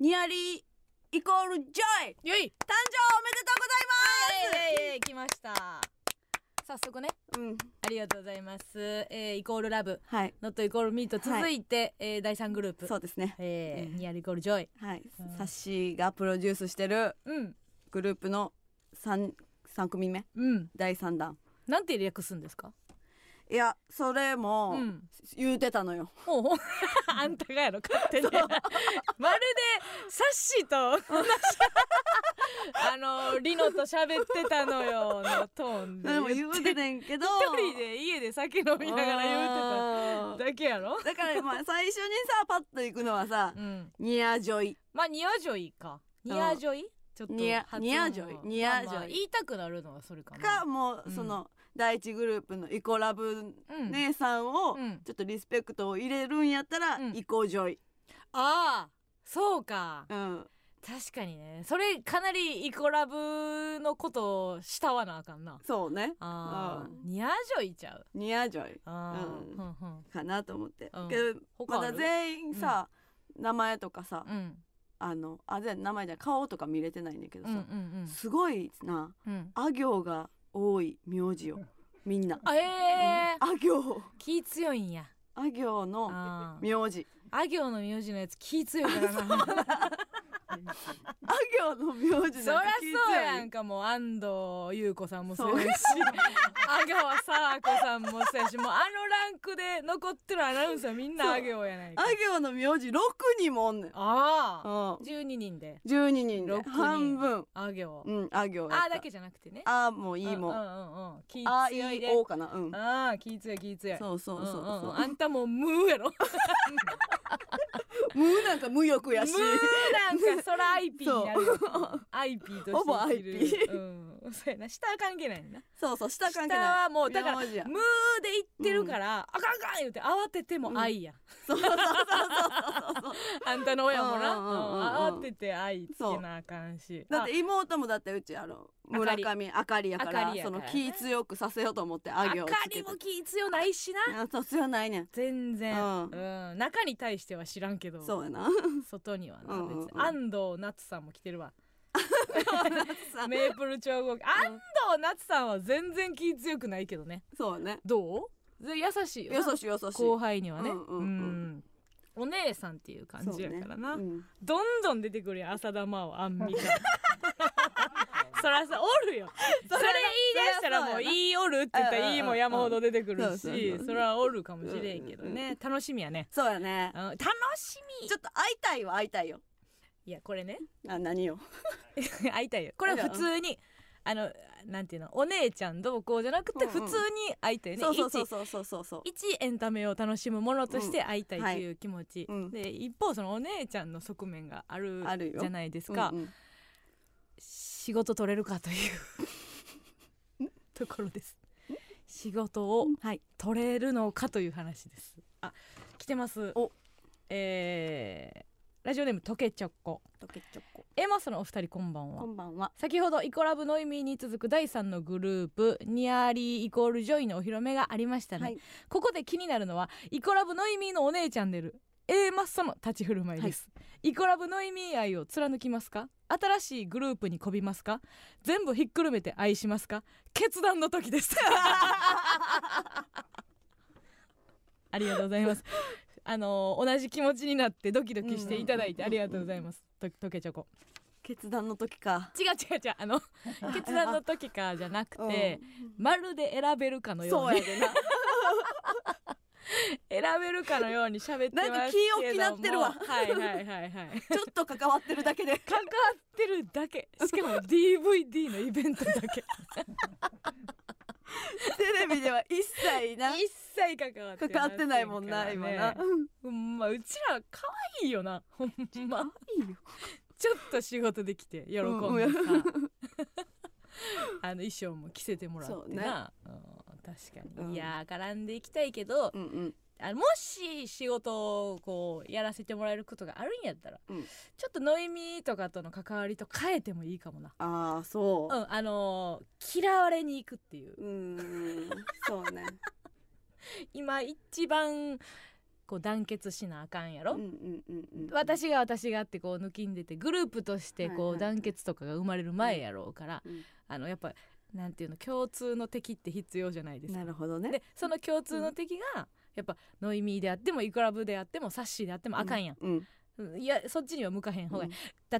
ニアリーイコールジョイよ誕生おめいでとうございイエイイエイイエイ来ました早速ねますうんありがとうございます、えー、イコールラブはいノットイコールミート続いて、えー第三グループそうですねええー、ーニアルイコールジョイはいうんサッシーがプロデュースしてるうんグループの三三組目うん第三弾なんて略すんですかいやそれうもん言うてたのよおう あんたがやろ勝手にまるでサッシーと 同じあのリノと喋ってたのよのトーンででも言言っうててねんけど一人で家で酒飲みながら言う言てただけやろだからまあ最初にさパッと行くのはさうんニアジョイまあニアジョイかニアジョイちょっとニア発音ニアジョイまあまあニアジョイ言いたくなるのはそれかなかもううんその第一グループのイコラブうん姉さんをうんちょっとリスペクトを入れるんやったらうんイコジョイああそうかうん確かにねそれかなりイコラブのことを慕わなあかんなそうねああうんニアジョイちゃうニアジョイああうんふんふんかなと思ってうんけど他まあだる全員さ名前とかさうんあのあ全名前じゃない顔とか見れてないねんだけどうんうんさうんすごいなうんあ行が多い名字よみんなあええあ行気強いんやあ行のあー名字あ行の名字のやつ気強いからなあ行の名字そりゃなんて聞いてそうなやいんかもう安藤優子さんもそうそうやし 阿川佐和子さんもそうやしもうあのランクで残ってるアナウンサーみんなそうあ行やないかあ行の名字6人もおんねんああうん12人で12人六で人半分あ行うんあ行やったあだけじゃなくてねあもういいもうんんうんうん気あ強いいいでおかなうんああ気強い気強いそうそうそうそんんんうあんたもう無 やろ無なんか無欲無なやんしかそら IP になるよ IP として生きるほぼ IP うんそうやな下は関係ないねんなそうそう下関係ない下はもうだから名字やムーで行ってるから、あかんあかん言うて慌てても愛や、 そうそうそうそうあんたの親もな、うんうんうんうんうん慌てて愛つけなあかんしだって妹もだってうちあのあか村り上あかりやかあからりやそからのね気強くさせようと思ってあああ行をかつけりても気強ないしなあそう強ないねん全然、ううんん中に対しては知らんけどそうや な外にはな、うんうんうん別に安藤夏さんも来てるわさメープル超合金安藤夏さんは全然気強くないけどねそうねどうぜ優しいよなよそしよそし後輩にはね、うんうんうんんお姉さんっていう感じやからな、そうねうんどんどん出てくるよ浅田真央アン ミカそらさおるよそれ言い出したらもう「いいおる」って言ったうんうんら「うんいい」も山ほど出てくるそうそうしそうそれはおるかもしれんけどうんうんね楽しみやねそうやねうん楽しみちょっと会いたいは会いたいよいやこれねあ何よ会いたいよ これは普通にあのなんていうのお姉ちゃんどうこうじゃなくてうん普うん通に会いたいよそうねそうそう一そうそうそうそう一エンタメを楽しむものとして会いたいという気持ち、うんで一方そのお姉ちゃんの側面があるあるよじゃないですか、うんうん仕事取れるかという ところです仕事をはい取れるのかという話ですあ来てますおえー、ラジオネームとけちょっことけちょこエマスのお二人こんばんはこんばんは先ほどイコラブノイミーに続く第3のグループニアリーイコールジョイのお披露目がありましたね、はいここで気になるのはイコラブノイミーのお姉ちゃんでる A マッソの立ち振る舞いです、イコラブノイミー愛を貫きますか新しいグループにこびますか全部ひっくるめて愛しますか決断の時です ありがとうございますあのー同じ気持ちになってドキドキしていただいてありがとうございますととけちょこ決断の時か違う違う違う あの決断の時かじゃなくて、まるで選べるかのうんよそううにやでな 選べるかのように喋ってますけどもなんか気を気なってるわはいはいはいはいちょっと関わってるだけで関わってる だけしかも DVD のイベントだけテレビでは一切 な一切関わってませんから関わってないもんな今なねほんまうちら可愛いよなほんまいいよちょっと仕事できて喜んでさ、うんうん あの衣装も着せてもらってな、うん確かに、うんいやー絡んでいきたいけど、うんうんあのもし仕事をこうやらせてもらえることがあるんやったら、うんちょっとノイミーとかとの関わりと変えてもいいかもな、ああそううんあのー嫌われに行くっていううーんそうね。今一番こう団結しなあかんやろ、うんうんうんうん私が私がってこう抜きんでてグループとしてはいこはうい団結とかが生まれる前やろうから、うんあのやっぱなんていうの共通の敵って必要じゃないですかなるほどねでその共通の敵がやっぱノイミーであってもイクラブであってもサッシーであってもあかんやん、ううんいやそっちには向かへん方がいい、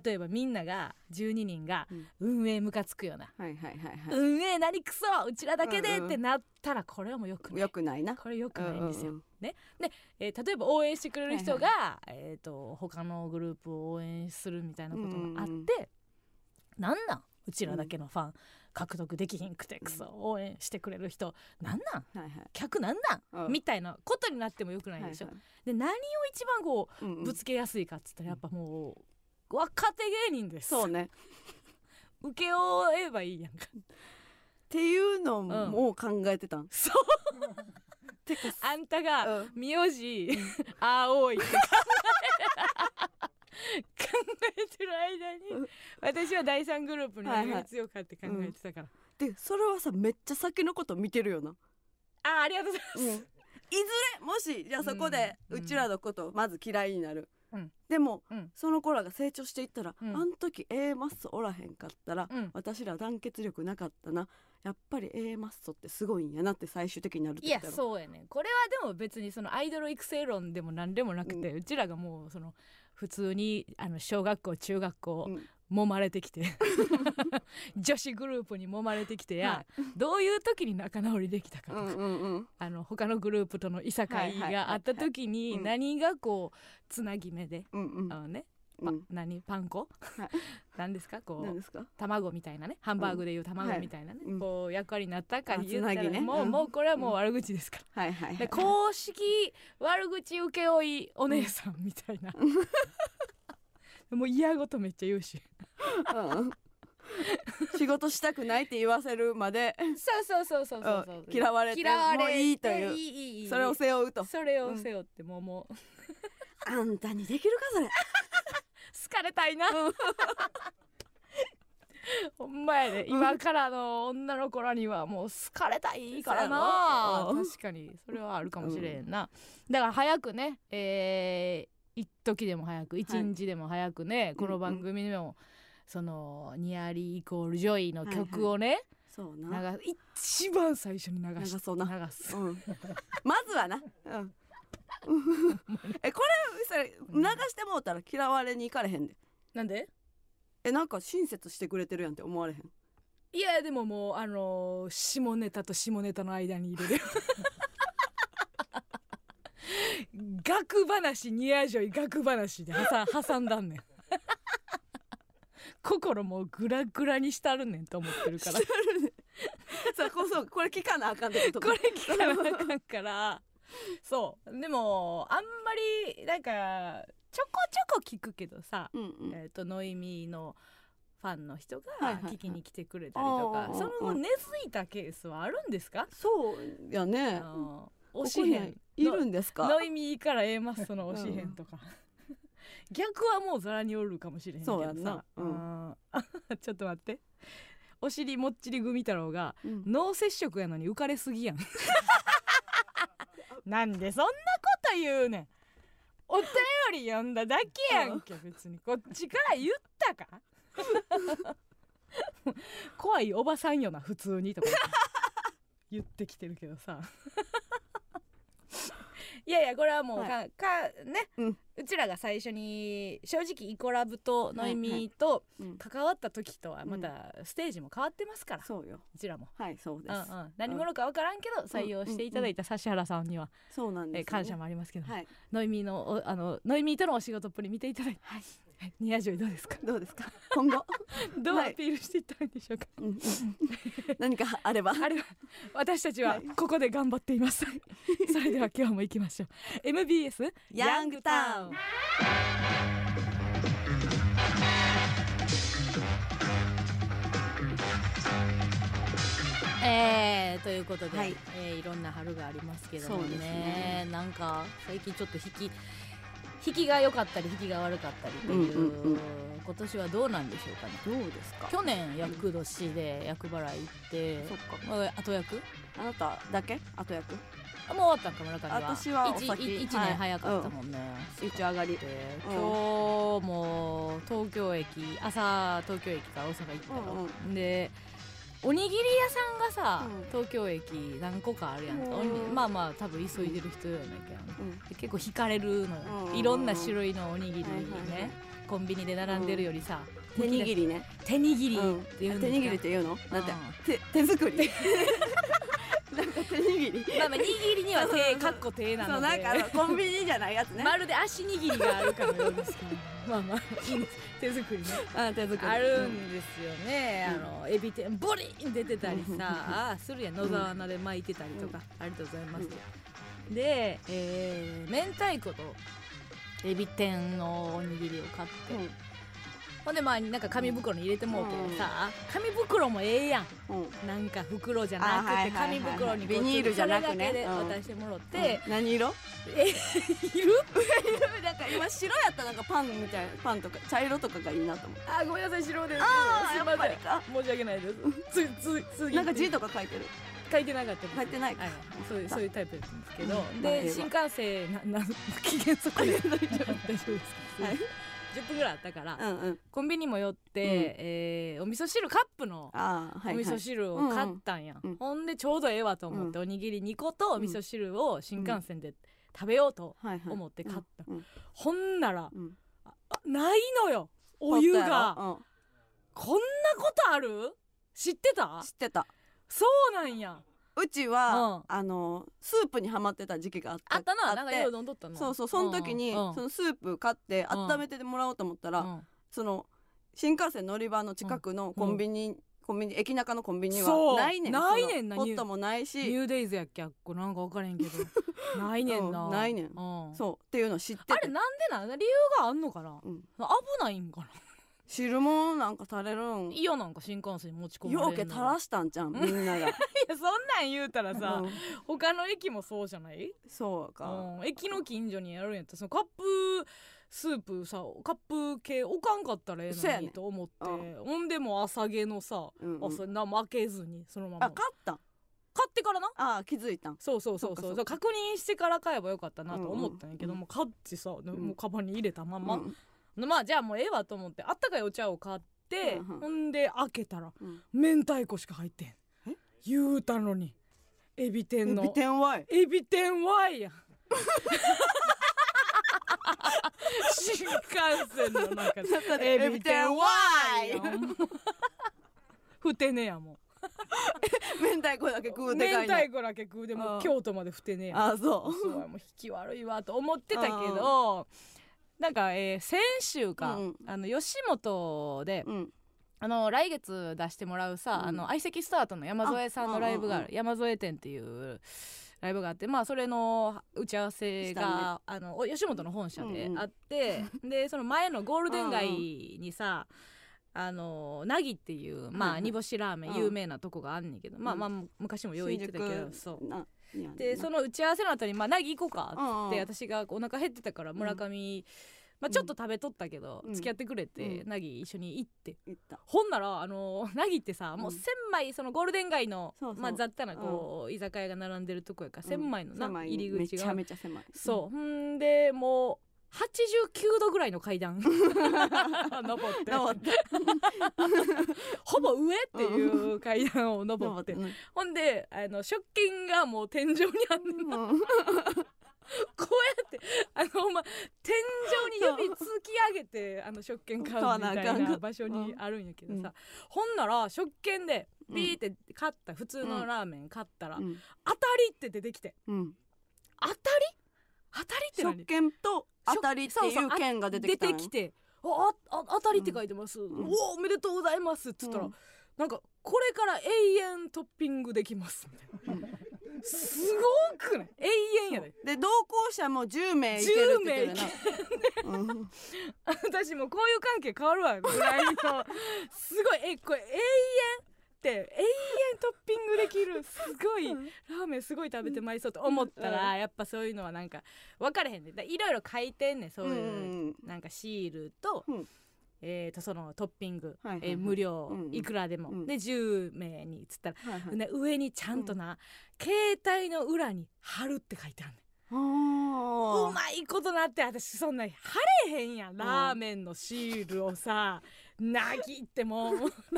例えばみんなが12人がうん運営ムカつくような、はいはいはいは運営何クソうちらだけでうんうんってなったらこれはもうよくないいよくないなこれよくないんですよ、うんうんえー例えば応援してくれる人が、えー、と他のグループを応援するみたいなことがあって、うんうんうんなんなんうちらだけのファン獲得できひんくてクソ応援してくれる人なんなんうんはいはい客なんなん、うんみたいなことになってもよくないでしょ、はいはで何を一番こいうんううんぶつけやすいかっつったらやっぱもう若手芸人ですそうね受け負えばいいやんかっていうのんもう考えてたん、そう てかあんたがうん名字、青いって考え考えてる間うにん私は第三グループにはいはい入り強かって考えてたから、でそれはさめっちゃ先のこと見てるよな、あありがとうございます、いずれもしじゃあそこでうんうちらのことをまず嫌いになる、うんでも、うんその子らが成長していったら、うんあん時 A マッソおらへんかったら、うん私ら団結力なかったなやっぱり A マッソってすごいんやなって最終的になるっていやことろそうやねんこれはでも別にそのアイドル育成論でも何でもなくて、うちらがもうその普通にあの小学校中学校、うん揉まれてきて 女子グループに揉まれてきてや、はどういう時に仲直りできたかとうか、んうんうんあの他のグループとのいさかいがあった時はいにはいは何がこうつなぎ目で、うんうんあのね、うパん何パン粉、はい何ですかこ何うですか卵みたいなねハンバーグでいうは卵いみたいなね、うんこう役割になったか言あったつなぎら、ねもう、うんもうこれはもう悪口ですから。はいはいはでい公式悪口請け負いお姉さんみたい な、もう嫌ごとめっちゃ言うしうん仕事したくないって言わせるまでそうそうそうそうそうそううん嫌われて嫌われもういいというい いいいそれを背負うとそれを背負ってもうもうあんたにできるかそれ好かれたいな ほんまやね今からの女の子らにはもう好かれたいからなそうやろ確かにそれはあるかもしれんな、だから早くねえー、一時でも早く一日でも早くね、この番組でも、その「ニアリーイコールジョイ」の曲をね、そう流な一番最初に流流しそうな流すうん、まずはな、うん、 えこれそれ流してもうたら嫌われに行かれへんでなんでえなんか親切してくれてるやんって思われへんいやでももうあのー下ネタと下ネタの間に入れる学話ニアジョイ学話で挟挟んだ んねん心もうグラグラにしたるねんと思って るからこそうこそうこれ聞かなあかんってことかれ聞かなあかんからそうでもあんまりなんかちょこちょこ聞くけどさ、うんうんえー、とノイミーのファンの人はいがはいはい聞きに来てくれたりとか、あーその後根付いたケースはあるんですか、そうやねあのこおしこへにんいるんですかノイミーから A マストのおしへんとか、 逆はもうざらにおるかもしれへんけどそうさやんなううん ちょっと待ってお尻もっちり組太郎がうん脳接触やのに浮かれすぎやん なんでそんなこと言うねんお便り読んだだけやんけ別にこっちから言ったか怖いおばさんよな普通にとか言って言ってきてるけどさいやいやこれはもうか、はかね、ううんちらが最初に正直イコラブとノイミーとうん関わった時とはまたステージも変わってますから、うそうよちらもはいそうでうんうすん、何者か分からんけど採用していただいた指原さんには、そうなんですえよね感謝もありますけど、はいノイミーのおあのノイミーとのお仕事っぷり見ていただいて、はいはい、ニアジョイどうですかどうですか今後どうはいアピールしていったらいいんでしょうか、うんうん何かあればあれは私たちははいここで頑張ってい ます、それでは今日も行きましょう MBS ヤングタウンえー、ということで、はいいえーいろんな春がありますけどもそうでねすねなんか最近ちょっと引き引きが良かったり引きが悪かったりという,、うんうんうん今年はどうなんでしょうかねどうですか去年厄年で厄払い行ってそっかあ後役あなただけ後役もう終わったんか村上は私はお1先年はい早かったもんね、一応上がりでうん今日も東京駅朝東京駅から大阪行ったの、でおにぎり屋さんがさ、うん東京駅何個かあるやんか、うんおにぎりまあまあ多分急いでる人やないけど、うんで結構惹かれるのよ、うんいろんな種類のおにぎりね、はいはいはいコンビニで並んでるよりさ、手握りね手にぎりうんっていうあの手握りって言うのななんて手手作り なんか手握りまあまあ握り には手かっこ手なそうのでなんかあのコンビニじゃないやつねまるで足握りがあるかのようですけど まあまあいいです手作りねあ手作りあるんですよね、うんあのエビ天ボリン出てたりうんさあーするやん野沢菜で巻いてたりとか、ありがとうございます、で、えー、明太子とエビ天のおにぎりを買って、ほんでまあなんか紙袋に入れてもうけどさ、紙袋もええやんうんうんなんか袋じゃあなはいはくいてはいはい紙袋にビニールじゃなくねそれだけでうん渡してもらって、うん何色いるなんか今白やったらなんかパンみたいなパンとか茶色とかがいいなと思ってあーごめんなさい白ですあーすいまやっぱせりかん申し訳ないです つつ次なんか字とか書いてる書いてなかったです書いてないかはい、そういうそういうタイプなんですけど、うんまあええでわ新幹線な な期限速で大丈夫ですか、はい10分ぐらいあったから、うんうんコンビニも寄って、うんえーお味噌汁カップのああおはい味はい噌汁を買ったんや、うんうんほんでちょうどええわと思って、おにぎり2個とお味噌汁を新幹線で食べようとはいはい思って買った、うんほんならうんあないのよお湯が、うんこんなことある知ってた知ってたそうなんやうちは、うんあのスープにはまってた時期があったあったなあなんっかてよう飲んどったなそうそうその時に、うんうんそのスープ買ってうん温めてもらおうと思ったら、うんその新幹線乗り場の近くのコンビニ、コンビニ駅中のコンビニそうはないねんないねんなそのポットもないニしューデイズやっけあっこなんか分からへんけ どないねんな、うんないねんうそうっていうの知っててあれなんでなん理由があんのかなうん、危ないんかな汁もなんか垂れるんよ嫌なんか新幹線に持ち込まれんのうけ垂らしたんじゃんみん なが、いやそんなん言うたらさ、うん他の駅もそうじゃない、そううか、ん、駅の近所にやるんやったらそのカップスープさカップ系置かんかったらええそうやのねにと思って、うほんでもう朝毛のさ、うんうんあそんな負けずにそのまあま勝った買ってからなあ気づいたんそうそうそうそうかそうそうかだから確認してから買えばよかったなと思ったんやけうんど、うんもう買ってさ、もうカバンに入れたまま、うんまあじゃあもうええわと思ってあったかいお茶を買っうんて、うんほんで開けたらうん、明太子しか入ってんえ言うたのにエビエ天ビの天ワイエビ天ワイやん新幹線の中で中でエビ天ワイエビ天ワイやんもうふてねやも 明太子だけ食ううで明かいの太子だけ食うでもううん京都までふてねやあそうすごいもう引き悪いわと思ってたけどなんか、えー先週か、うんあの吉本で、うんあの来月出してもらうさ、うんあの相席スタートの山添さんのライブがあるあ山添店っていうライブがあってまあそれの打ち合わせしたねが、あのお吉本の本社でうんうんあって、 でその前のゴールデン街にさあのなぎっていう、はまいはあ、い煮干しラーメンうん有名なとこがあんねんけど、まあまあ昔もよう行ってたけど新宿そうなにあんねんでなその打ち合わせの後に「まあ、なぎ行こうか」っうんつうっんて私がお腹減ってたから村上、まあ、ちょっと食べとったけど、うん付き合ってくれて、うなぎ一緒に行って行ったほんならあのなぎってさもううん1000枚そのゴールデン街の、そうそうまあ、雑多なこう、居酒屋が並んでるとこやから1000枚のな、狭いね入り口めちゃがめちゃ狭いそうほんでもう89度ぐらいの 階段登って登って ほぼ上っていう階段を登登っ、ってて ねほんであの食券がもう天井にあんねんなうんこうやってあのほんま天井に指突き上げてあの食券買うみた買わないあかなん場所にあるんやけどさ、うんほんなら食券でピーって買った普通のラーメン買ったら、うん当たりって出てきてうん当たり当たりって何食券と当たりっていう券が出てきたんよてあああ当たりって書いてます、んおおおめでとうございます」っつったら、なんか「これから永遠トッピングできます」みたいな、すごくない永遠やでで同行者も10名いけるって言ってたよなうん私もうこういう関係変わるわぐらいのすごいえこれ永遠って永遠トッピングできるすごいラーメンすごい食べてまいそうと思ったらやっぱそういうのはなんか分かれへんねだいろいろ書いてんねんそうういうんなんかシールと、うんえー、とそのトッピング、はいはいはいえー無料、うんいくらでも、うんで10名につったら、はいはいね上にちゃんとな、携帯の裏に「貼る」って書いてあるねんあうーまいことなって私そんなに貼れへんやんラーメンのシールをさなぎっても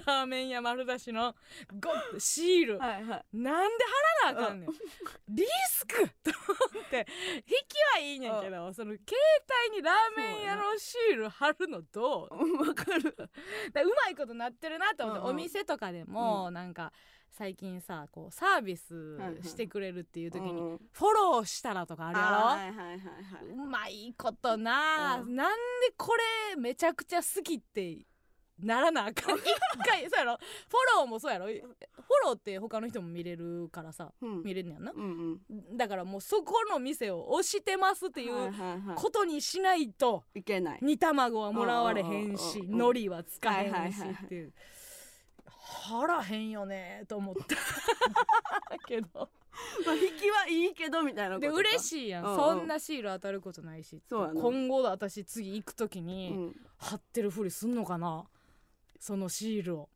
ラーメン屋丸出しのゴッシール、はいはいなんで貼らなあかんねんリスクと思って引きはいいねんけどその携帯にラーメン屋のシール貼るのどううんわかる だうまいことなってるなと思って、うんうんお店とかでもなんか最近さこうサービスしてくれるっていう時に、うんうんフォローしたらとかあるやろ、ーはいはいはいはいうまいことな、うんなんでこれめちゃくちゃ好きってならな あかん一回そうやろフォローもそうやろフォローって他の人も見れるからさうん見れんねやんなうんうんだからもうそこの店を推してますっていはいうはいはいことにしないといけ ない煮卵はもらわれへんうしんうんうんうん海苔は使えへんしはいはいはいはいっていう腹へんよねと思った けどまあ引きはいいけどみたいなことでか嬉しいやん、うんうんそんなシール当たることないしそうやな今後私次行く時うにん貼ってるふりすんのかなそのシールを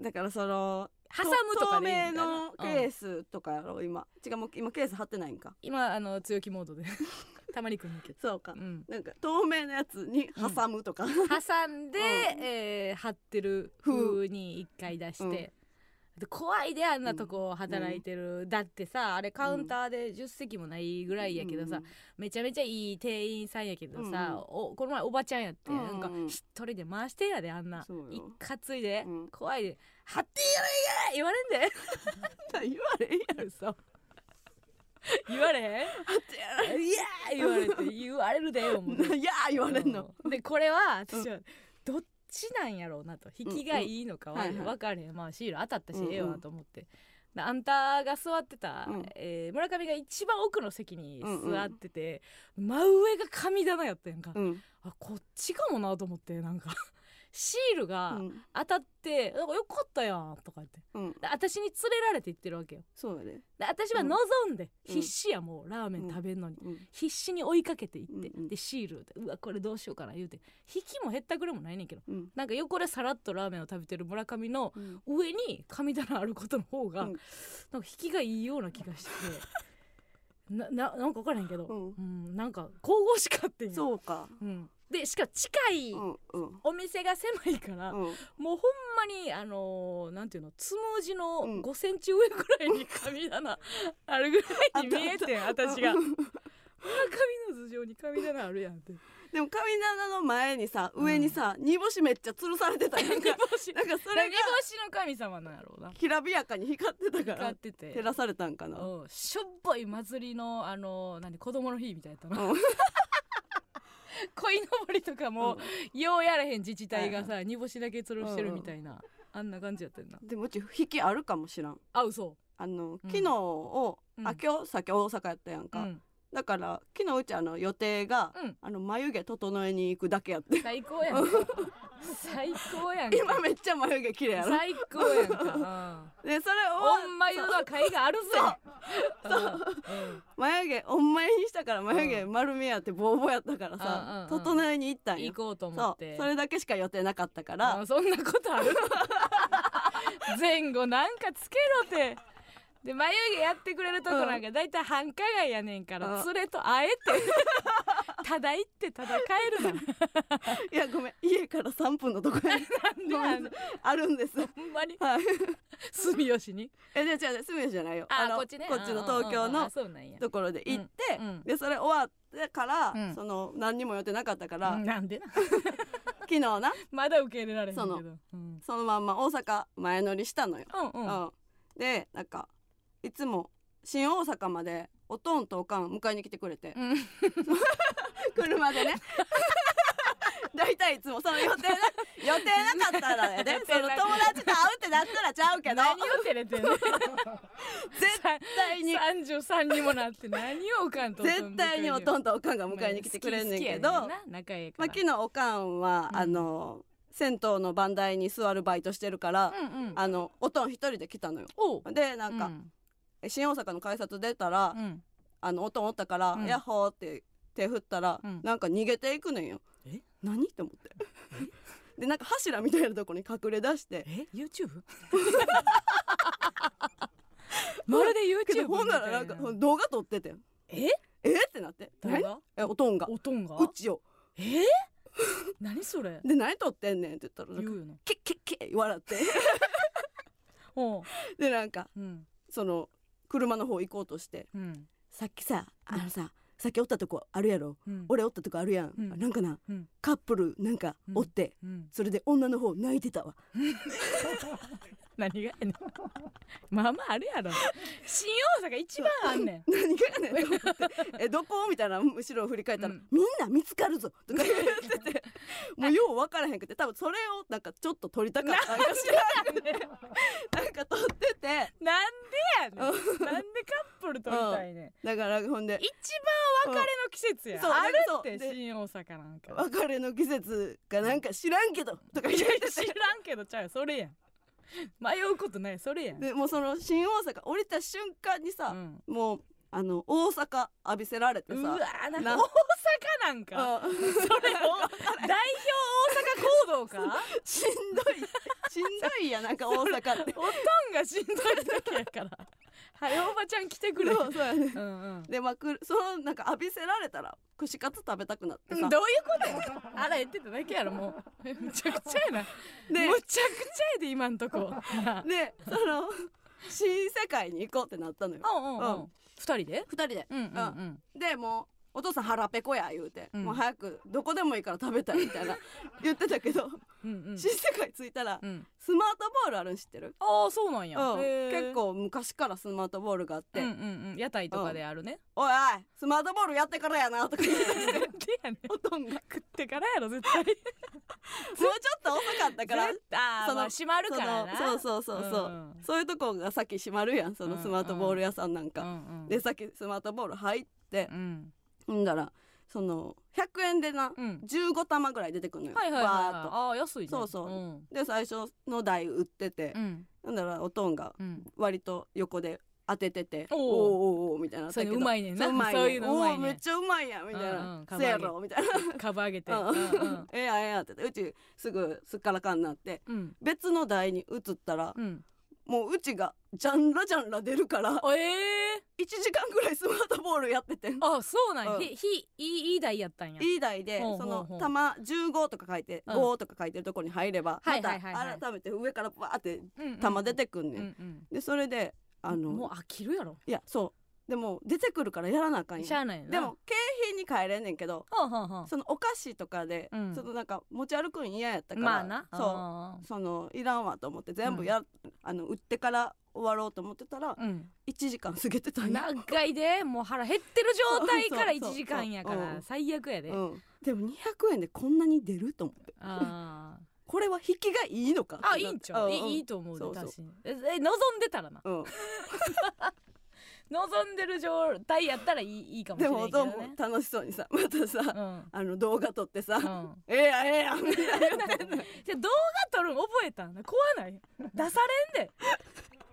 だからその挟むとかでいい透明んだよのなケうんースとかやろ今違うもう今ケース貼ってないんか今あの強気モードで たまにくんにけど、そうかうん、なんか透明のやつに挟むとか、挟んで、うえー貼ってる風に一回出して、うんで怖いであんなとこ働いてる、だってさあれカウンターで10席もないぐらいやけどさ、めちゃめちゃいい店員さんやけどさ、うんおこの前おばちゃんやって、うんうんうんなんか一人で回してやであんなそうよ一括いで、うん怖いで「貼ってやれやれ!」言われんで言わ れへんやいや嘘言われへん「いやー!」言われて言われるで思うろいやー言われんの、うんでこれは私はどっちなんやろうなと引きがいいのかはうんうんはいはい分かれへんまあシール当たったしうんうんええわと思って。であんたが座ってた、うんえー村上が一番奥の席にうんうん座ってて、真上が神棚やったやんか、うんあこっちかもなと思ってなんか シールうがん当たって「なんかよかったやん」とか言ってうんで私に連れられて行ってるわけよそうやで、で私はうん望んで、うん必死やもうラーメン食べんのに、うん、必死に追いかけていって、うんうんでシールでうわこれどうしようかな言うて引きもへったくれもないねんけどうんなんか横でさらっとラーメンを食べてる村上のうん上に神棚あることの方が、うんなんか引きがいいような気がして てなななんか分からへんけど、うんうんなんか神々しかってんう、そうかうん、でしかも近い、うんうんお店が狭いから、うんもうほんまにあのーなんていうのつむじのうん5センチ上ぐらいに神棚あるぐらいに見えてん私が村上の頭上に神棚あるやんって でも神棚の前にさ上にさ、煮干しめっちゃ吊るされてたやん煮か干しなんかそれ何が干しの神様なんやろうなきらびやかに光ってたか光っらてて照らされたんかな、うんしょっぼい祭りのあのー何子供の日みたいやったなうん鯉のぼりとかも、ようやれへん自治体がさ煮干しだけ吊るしてうんるうんみたいな、あんな感じやったよなでもうち引きあるかもしらんあ嘘あのうん昨日を、うんあ今日さっき大阪やったやんうか、んだから昨日うちあの予定が、うんあの眉毛整えに行くだけやって最高やんか最高やんか今めっちゃ眉毛綺麗やろ最高やんかでそれうをんほんま言うのは会があるぜうん眉毛おんまにしたから眉毛丸見えやってボーボーやったからうんうんさうん、整えに行ったん行よこうと思そっうてそれだけしか予定なかったから、あそんなことある 前後なんかつけろてで眉毛やってくれるとこなんか大体繁華街やねんからうん連れと会えてただ行ってた だ帰るいやごめん家から3分のとこにななんであるん ですあのほんまにはい住吉にえじゃあ違う住吉じゃないよあのこっちねこっちの東京うんうんうんのあそうなんやところで行って、うんうんでそれ終わってから、うんその何にも予定なかったから、なんでな昨日なまだ受け入れられへんけそどのうんそのまんま大阪前乗りしたのよ、うんうんうんでなんかいつも新大阪までおとんとおかん迎えに来てくれて、うん車で ね大体いつもその予定な予定なかったらやで、予その定友な達いと会うってなったらちゃうけど何を照れてん ね ん絶対に三十三にもなって何をおかんと絶対におとんんとおかんが迎えに来てくれんねんけど、まあ、仲いいから、昨日おかんは、うんあの銭湯の番台に座るバイトしてるから、うんうんあのおとん一人で来たのよ。おうでなんか、うん新大阪の改札出たら、うんあの音おったから「うんヤッホー」って手振ったら、うんなんか逃げていくのよえ。何って思ってでなんか柱みたいなとこに隠れ出してえ YouTube まるで YouTube けどみたほいんならなんかほん動画撮っててええってなって誰何がえおとんがおとんがうちよえ何それで何撮ってんねんって言ったらなん言かうよなケッケッケッ笑っておうでなんかうんその車の方行こうとしてうんさっきさあのささっきおったとこあるやろうん俺おったとこあるやん、うんなんかな、うんカップルなんかおって、うんそれで女の方泣いてたわ何がやねん まあまああるやろ新大阪一番あ んねん 何がやねんと思ってえどこみたいな後ろを振り返ったら、うんみんな見つかるぞとか言ってて もうよう分からへんくて多分それをなんかちょっと撮りたかったんかしらんけど なんか撮っててなんでやねんなんでカップル撮りたいねんだからほんで一番別れの季節やそうあるっそうてで新大阪なんか別れの季節かなんか知らんけどと か言っいてやて 知らんけどちゃうよそれやん迷うことないそれやんでもうその新大阪降りた瞬間にさ、うんもうあの大阪浴びせられてうさわーなんなか大阪なんかあそれを代表大阪行動か しんどいしんどいやなんか大阪っておとんがしんどい時やからはよおばちゃん来てくれそうそうやねうんうんでまあくるそのなんか浴びせられたら串カツ食べたくなってどういさうでことやあら言ってただけやろもうむちゃくちゃやなむちゃくちゃやで今 んとこなでその新世界に行こうってなったのよあうんうんううん二人で二人でうんうんうんでもうお父さん腹ペコや言うて、うんもう早くどこでもいいから食べたいみたい な言ってたけど、うんうん新世界着いたら、うんスマートボールあるん知ってる、ああそうなんやうん、へー結構昔からスマートボールがあって「うんうんうん屋台とかであるねおいおいスマートボールやってからやな」とか言っ てなんでやねんおとんがもう食ってからやろ絶対ちょっと遅かったから絶あーそのまあ閉まるそからのなそうそうそうそう、うんそういうとこがさっき閉まるやんそのスマートボール屋さんなんか、うんうんでさっきスマートボール入ってう、んん、だらその100円でな、うん15玉ぐらい出てくるのよ、はいはいはいはいバーっとああ安いねそうそううんで最初の台売っててう、んん、だらおとんがうん割と横で当ててて、おーおーおーおーみたいなそういうのうまいねんなそううまいそういうねんのうまいおーめっねちゃうまいやんみたいな、うんうんかわせいいやろみたい カバー上げてな、うんううんん、 ええやんええやんって言ってうちすぐすっからかんなってうん別の台に移ったら、うんもううちがジャンラジャンラ出るからあええ1時間ぐらいスマートボールやっててんあそうなんうやんひひいいいい台やったんやいい台でほうそほうほうの玉15とか書いてうん5とか書いてるとこに入ればはまいたはいはいはい改めて上からバーってうんうん玉出てくんうねんうんんでそれであもうの飽きるやろいやそうでも出てくるからやらなあかんしゃやあんないよなでも景品に変えれんねんけどはあはあはそのお菓子とかでうんそのなんか持ち歩くん嫌やったあかまあならそうあそのいらんわと思って全部やあの売ってから終わろうと思ってたらーうん1時間過ぎてたんや長いでもう腹減ってる状態からそうそうそう1時間やかうんら最悪やで、うん、でも200円でこんなに出ると思ってあーこれは引きがいいのかあいいんちゃう、いいいいとと思うでそうそう確かにええ望んでたらなうん、望んでる状態やったらいいいいかもしでれもなおいけどとんねも楽しそうにさまたさ、うん、うん、あの動画撮ってさ、じゃあええやんええやんみたいな動画撮るの覚えたんな怖ない出されんで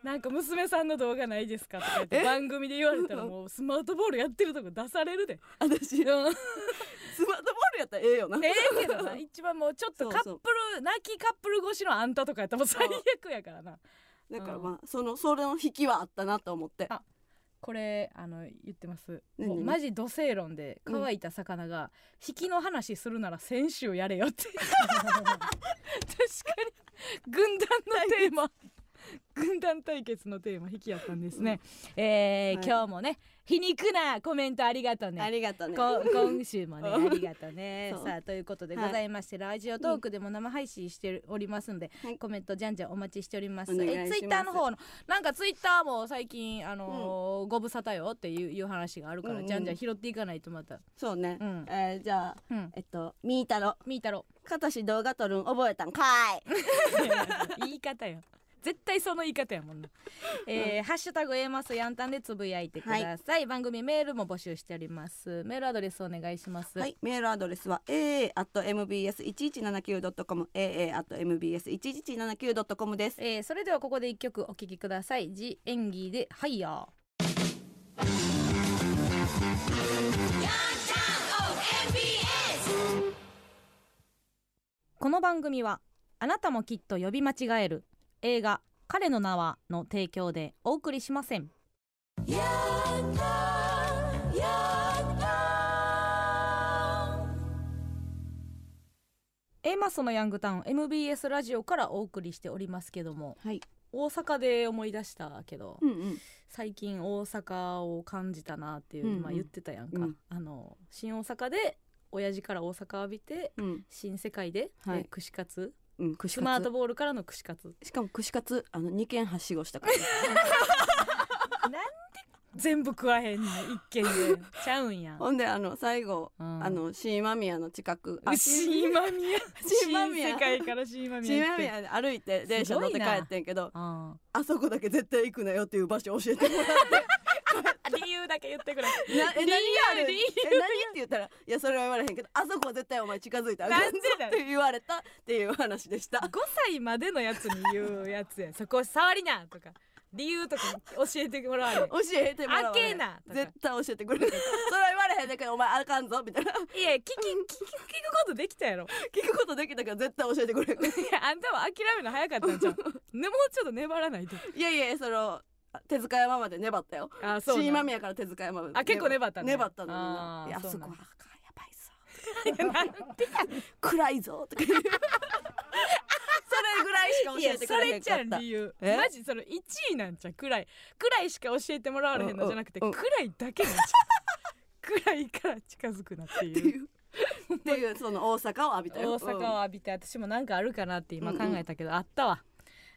なんか娘さんの動画ないですかとか言ってえ番組で言わ れたらもうスマートボールやってるとこ出されるで、私スマー うんトボールやったらええよな、ええけどな一番もうちょっとカップそルう泣きカップル越しのあんたとかやったらもう最悪やからなだからまあそのそれの引きはあったなと思ってあこれあの言ってます何もうマジ土星論でうん乾いた魚が引きの話するなら選手をやれよって確かに軍団のテーマ軍団対決のテーマ引きやったんですね、えーはい今日もね皮肉なコメントありがとうねありがとうねこ今週もねあうんりがとうねそうさあということでございまして、ラジオトークでも生配信しておりますので、はいコメントじゃんじゃんお待ちしておりますお願いしえますツイッターの方のなんかツイッターも最近あのーご無沙汰よっていういう話があるから、うんうんじゃんじゃん拾っていかないとまたそうね、うんえーじゃあうんえっとみーたろみーたろかたし動画撮るん覚えたんかい言い方よ絶対その言い方やもんな、えーハッシュタグ A マスやんたんでつぶやいてください、番組メールも募集しておりますメールアドレスお願いします、はいメールアドレスは aa.mbs1179.com aa.mbs1179.com ですえーそれではここで一曲お聴きください「ジ・演技で「ハイヤー」。この番組はあなたもきっと呼び間違える映画彼の名はの提供でお送りしませんエマソのヤングタウン MBS ラジオからお送りしておりますけどもはい大阪で思い出したけど、うんうん最近大阪を感じたなっていう、うんうんまあ言ってたやんか、うんあの新大阪で親父から大阪浴びてうん新世界で、はいえー串カツうん串スマカートツボールからの串カツしかも串カツあの二軒はしごしたから、ね、全部食わへんねん一軒でちゃうんやん、 ほんであの最後うんあの新間宮の近くあ新今宮新間宮新世界から新今新宮行間って宮で歩いて電車乗って帰ってんけどああそこだけ絶対行くなよっていう場所教えて もらってー理由だけ言ってくれなえ何ある理由え何って言ったら「いやそれは言われへんけどあそこは絶対お前近づいてあげなるんでぞ」だよって言われたっていう話でした5歳までのやつに言うやつやんそこ触りなとか理由とか教えてもらわれ教えてもらわれへ開けんなとか絶対教えてくれへんそれは言われへんねんけどお前あかんぞみたいない や聞き 聞き聞くことできたやろ聞くことできたから絶対教えてくれへん いやあんたは諦めるの早かったんじゃん、ね、 もうちょっと粘らないといやいやその手塚山まで粘ったよあそう新間なん宮から手塚山まであ結構粘ったね粘ったのみんなあーいやあそうそなこんはあかんやばいぞ暗いぞとか言うそれぐらいしかい教やえてそくれへれんじかゃっんた理由えマジその1位なんじゃん暗い暗いしか教えてもらわれへんのじゃなくてうんう暗んいだけなんじゃん 暗いから近づくなってっていいううっていうその大阪を浴びた大よ阪を浴びて私もなんかあるかなって今考えたけど、あったわ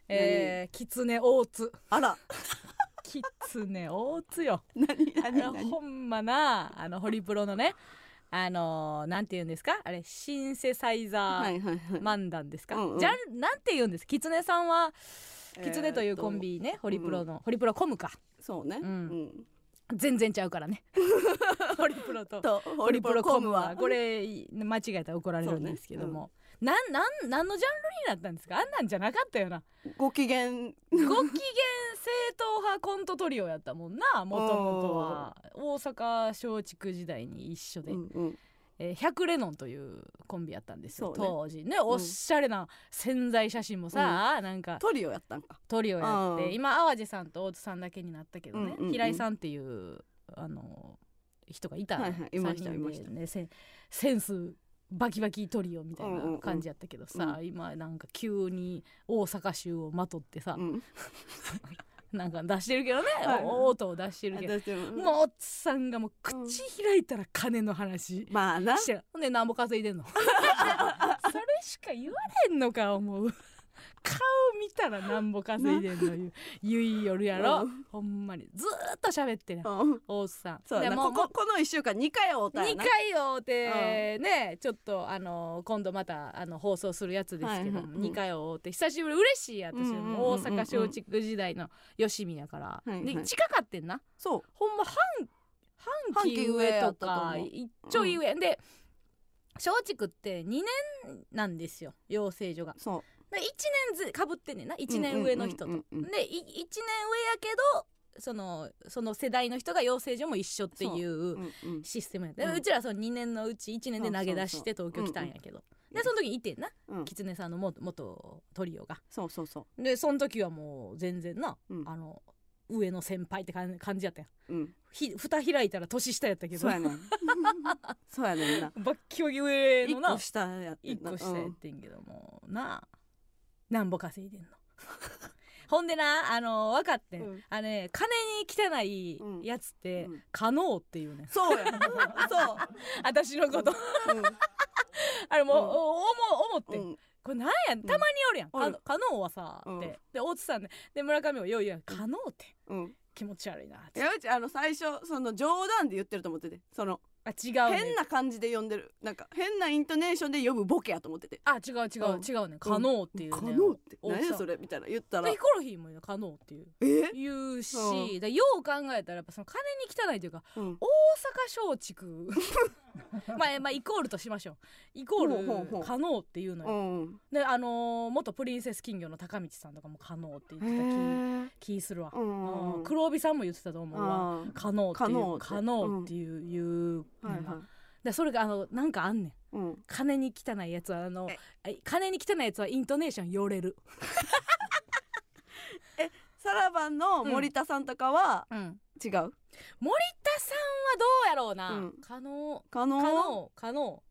何えー、キツネ大津あらキツネ大津よ何あ何の何ほんまなあのホリプロのねあのなんて言うんですかあれシンセサイザはーいはいはい、漫談ですか、うんうんじゃんなんて言うんですキツネさんはキツネといえーうっコンビね、ホリプロの、ホリプロコムかそうね、ううんん全然ちゃ うからねホリプロととホリプロコムはこれ間違えたら怒られるんですけども、なんなんなんのジャンルになったんですかあんなんじゃなかったよなご機嫌ご機嫌正統派コントトリオやったもんなもともとは大阪松竹時代に一緒で、うんうんえー、100レノンというコンビやったんですよ、そうね当時ねおっしゃれな宣材写真もさ、なんかトリオやったんかトリオやっうてん今淡路さんと大津さんだけになったけどね、うんうんうん平井さんっていうあの人がいた、はいはいいました三人でいましたね、センセンスバキバキトリオみたいうんうんうなん感じやったけどさ、今なんか急に大阪州をまとってさう、んなんか出してるけどね、はいお音を出してるけど、私ももう大津さんがもう口開いたら金の話。まあなしてるほんでなんぼ稼いでんの それしか言われんのか思う顔見たらなんぼ稼いでんのいう言いよるやろ、うんほんまにずーっと喋ってるうん大津さんそうでやなもこうここの一週間二回会うたんや2な回をて、ねちょっとあの今度またあの放送するやつですけども、はいはいうん2回を追って久しぶり嬉しいや私、うんうんうんうん大阪松竹時代の吉見やから、いはいで近かってんなそうほんま半半期上と半期上かやったと思う一丁上、で松竹って2年なんですよ養成所が。そうで1年ずかぶってんねんな1年上の人と。うんうんうんうんで1年上やけどそのその世代の人が養成所も一緒っていううんうんシステムやったでうんうちらはその2年のうち1年で投げ出してそうそうそう東京来たんやけど。うんでその時にいてんなうん狐さんの元元トリオが。そうそうそでその時はもう全然な、うんあの上の先輩って感じ感じやったやんううんひ蓋開いたら年下やったけどそうやね んそうやねんなバッキバキ上一のな個下やって一んな個下やうっんてんけども、なあなんぼ稼いでんの ほんでなあの分かってん、うんあのね金に汚いやつって、うん可能っていうね んそうやそう 私のことあれもう、うんお思思って、うんんうんこれなんやたまにおるやん、おるか可能はさって、うんで大津さんねで村上も「よいや可能ってうん気持ち悪いな」っいてやうちあの最初その冗談で言ってると思っててそのあ違うね変な感じで呼んでるなんか変なイントネーションで呼ぶボケやと思っててあ違う違う、うん違うねん可能っていうね可ん能って大津さん何やそれみたいな言ったらでヒコロヒーも可能っていうえ、言うし、うでよう考えたらやっぱその金に汚いというかうん大阪松竹 まあまあイコールとしましょうイほコうほうーほルう可能っていうのうよ、んであのー元プリンセス金魚の高道さんとかも可能って言へってーた気気するわ、ううんん黒帯さんも言ってたと思うわあー可能ってい可能うって可能っていう、いうはいはいのがらそれがあのなんかあんねんうん金に汚いやつはあのえあ金に汚いやつはイントネーションよれる、さらばの森田さんとかはうん、違う、森田さんはどうやろうな、うん可能可能可能可能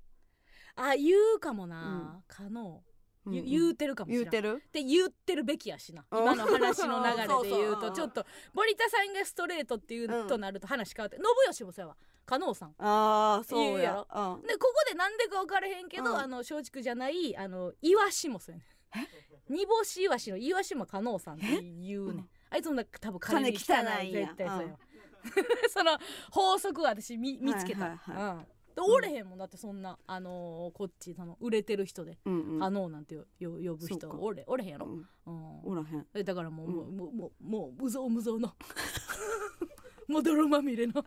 あ言うかもな、可能、うんゆ言うてるかもしれ言なういてるって言ってるべきやしなうん今の話の流れで言う そうそうとうんちょっと森田さんがストレートっていうとなると話変わって信吉もそうやわ加納さんああそう言うややろうんでここでなんでか分からへんけど、うんあの松竹じゃないあのイワシもそうやねん煮干しイワシのイワシも加納さんって言うねうんんあいつもなんか多分金金汚にい汚やい絶対そうやわ、うん その法則は私見見つけた、はいはいはうんでおれへんもんだってそんなあのーこっちその売れてる人でうんうん加納なんてよよ呼ぶそ人うかおれおれへんやろ、うんうんおらへんえだからもう、うんもうもうもうもう無造無造の もう泥まみれの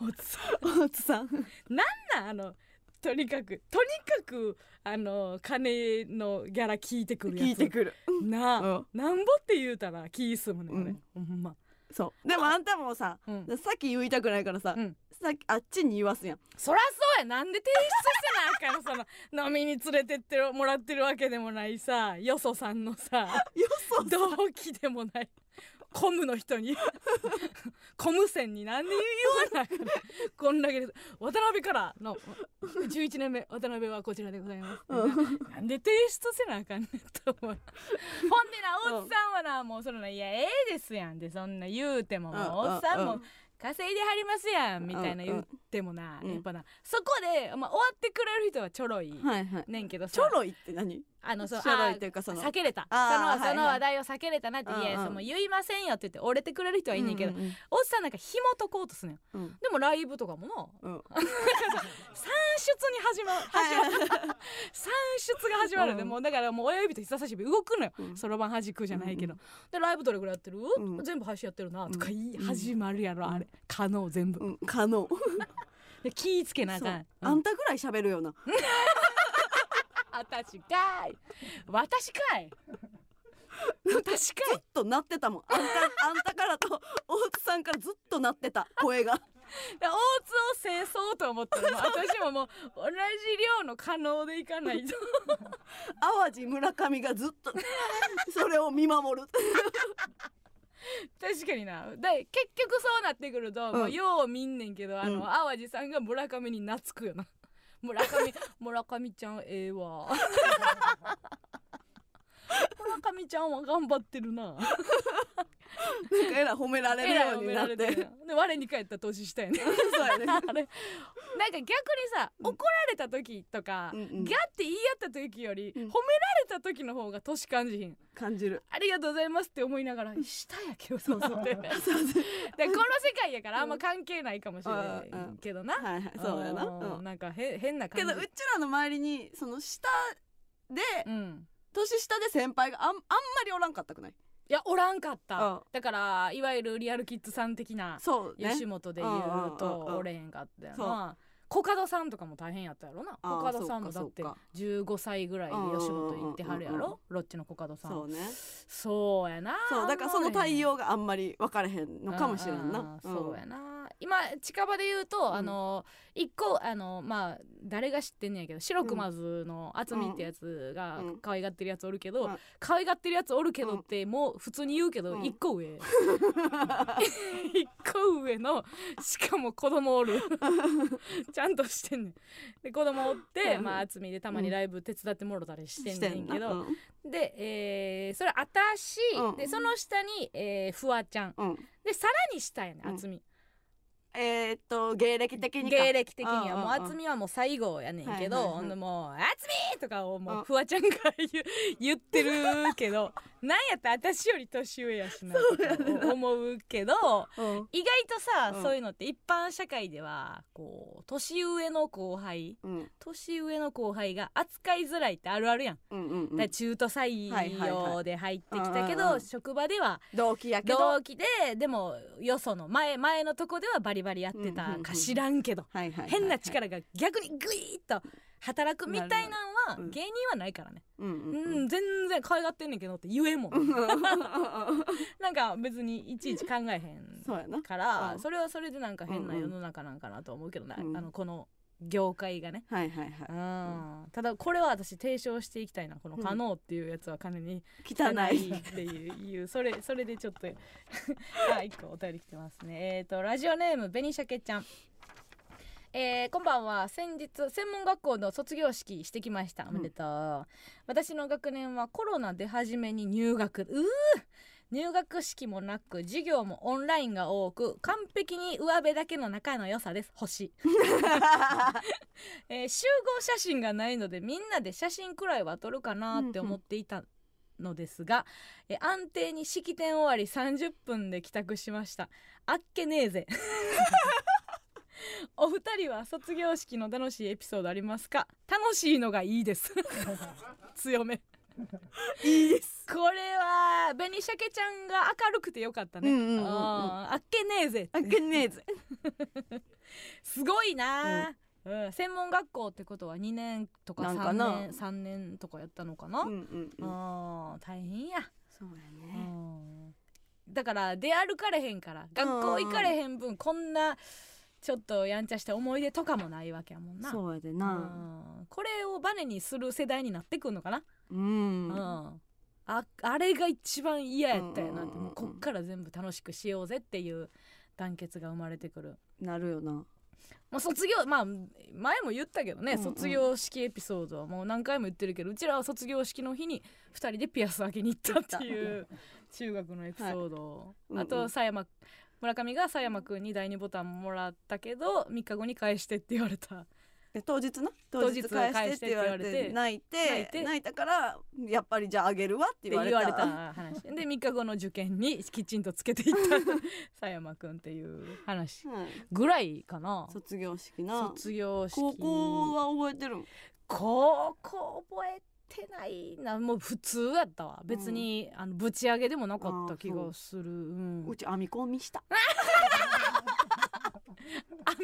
おつさ大津 さんんなあのとにかくとにかくあの金のギャラ聞いてくるやつ聞いてくるなあ、うんなんぼって言うたら気すむねん、俺ほんま、そうでもあんたもさうん、さっき言いたくないからさ、うんさっきあっちに言わすやんそらそうやなんで提出してなあかんのその飲みに連れてってるもらってるわけでもないさよそさんのさよそ同期でもないコムの人にコム線に何で言わないこんだけです渡辺からの11年目渡辺はこちらでございます、うんなんで提出せなあかんねんと思うほんでなおっさんはなもうそのないやええですやんってそんな言うてももううんおっさんうもん稼いではりますやんみたいなうん言ってもなうんやっぱなそこで、まあ、終わってくれる人はちょろいはいはいねんけどさちょろいって何あのそうちょろいあっていうかその避けれたそあーのはそのいはい話題を避けれたなってうんうんいやその言いませんよって言って折れてくれる人はいいねんけど、うんおっさんなんか紐解こうとすんのようんうんでもライブとかもなうんうん算出に始まる始ま る算出が始まるで、うんもうだからもう親指と人差し指動くのようんそろばん弾くじゃないけど、うでライブどれぐらいやってる、うん全部配信やってるなとか言いうん始まるやろ、あれ可能全部、うん可能で気ぃつけなあそか、うんあうんんたぐらい喋るよな私かい私かい私かいずっと鳴ってたもんあんたあんたからと大津さんからずっと鳴ってた声がで大津を制そうと思ったらもう私ももう同じ量の可能でい かないと淡路村上がずっと それを見守る確かになで結局そうなってくると、んもうよう見んねんけどあの、うん淡路さんが村上に懐く よな村上村上ちゃんええわ村上ちゃんは頑張ってるななんかえらい褒められるえらいよう褒にめならっれててるなで我に返った年下やねそうやねあれなんか逆にさうん怒られた時とか、うんギャうんって言い合った時より、うん褒められた時の方が年感じひん感じるありがとうございますって思いながら下やけどそうそ うでこの世界やからあんま関係ないかもしれないうんうんけどな、はいはいそうやな、ううんんなんかへ変なけ感どじうちらの周りにその下でうん年下で先輩があんあんまりおらんかったくないいやおらんかった、うんだからいわゆるリアルキッズさん的なそうね吉本で言ううんうんうんうとんおれへんかったよそなコカドさんとかも大変やったやろなあーコカドさんもだってそうか15歳ぐらいで吉本行ってはるやうんうんうんうんろロッチのコカドさんそうねそうやなそうだからその対応があんまり分かれへんのかもしれうんんな、うんうんそうやな今近場で言うと、んあの一個あのまあ誰が知ってんねんやけど白熊津の厚みってやつがうん可愛がってるやつおるけど、うん可愛がってるやつおるけどってもう普通に言うけどうん一個上、 一個上のしかも子供おる ちゃんとしてんねんで子供おって、うんまあ厚みでたまにライブ手伝ってもろたりして んしてねんんなけど、うんで、えーそれあたし、うんでその下に、えー、フワちゃんうんでさらに下やねうん厚み、えー、っと芸歴的にか芸歴的にはうんうんうんもう厚みはもう最後やねんけはいはいど、はいほんでもう「厚み!」とかをもうんうフワちゃんが言う 言ってる けどなんやったら私より年上やしなとか思うけどうん意外とさ、うんそういうのって一般社会ではこう年上の後輩うん年上の後輩が扱いづらいってあるあるやん、うんうんうだんから中途採はいはいは用で入ってきたけど、うんうんうん職場では同期やけど同期ででもよその前前のとこではバリバリやってたか知らんけど、はいはいはいはい変な力が逆にグイーッと働くみたいなんはなるほどうん芸人はないからね、うんううんんうん全然可愛がってんねんけどって言えんもん、なんか別にいちいち考えへん そうやなから、うんそれはそれでなんか変なうんうん世の中なんかなとは思うけどね、うんあのこの業界がね、はいはいはいうんただこれは私提唱していきたいなこのう「ん可能」っていうやつは金に汚いっていういうそれそれでちょっと あ一個お便り来てますねえっ、とラジオネーム紅鮭ちゃんえーこんばんは先日専門学校の卒業式してきましたおめでとう、私の学年はコロナ出始めに入学うー入学式もなく授業もオンラインが多く完璧に上辺だけの仲の良さです星、えー集合写真がないのでみんなで写真くらいは撮るかなって思っていたのですが、えー安定に式典終わり30分で帰宅しましたあっけねえぜ お二人は卒業式の楽しいエピソードありますか楽しいのがいいです 強め いいですこれは紅鮭ちゃんが明るくてよかったね、うんうんうんうんあーあっけねえぜあけねえぜすごいな、うん専門学校ってことは2年とかなん3かな年3年とかやったのかな、うんうんうんあー大変や、そうやうねんだから出歩かれへんから学校行かれへん分こんなちょっとやんちゃした思い出とかもないわけやもんなそうやでなうんこれをバネにする世代になってくんのかなうんうんああれが一番嫌やったよなってうんうんうんうんもうこっから全部楽しくしようぜっていう団結が生まれてくるなるよなもう卒業まあ前も言ったけどね、うんうん卒業式エピソードはもう何回も言ってるけどうちらは卒業式の日に2人でピアス開けに行ったっていう中学のエピソード、はいうんあうとん佐山村上が佐山くんに第2ボタンもらったけど3日後に返してって言われたで当日な当当日日返してって言われ返してってて言わ泣い泣いてて泣いたからやっぱりじゃああげるわってって言われ言われたた話で3日後の受験にきちんとつけていった 佐山くんっていう話はいぐらいかな卒業式な卒業式高校は覚えてるもん高校覚えてないなもう普通やったわ別に、あのぶち上げでもなかった気がするうんうち編み込みした編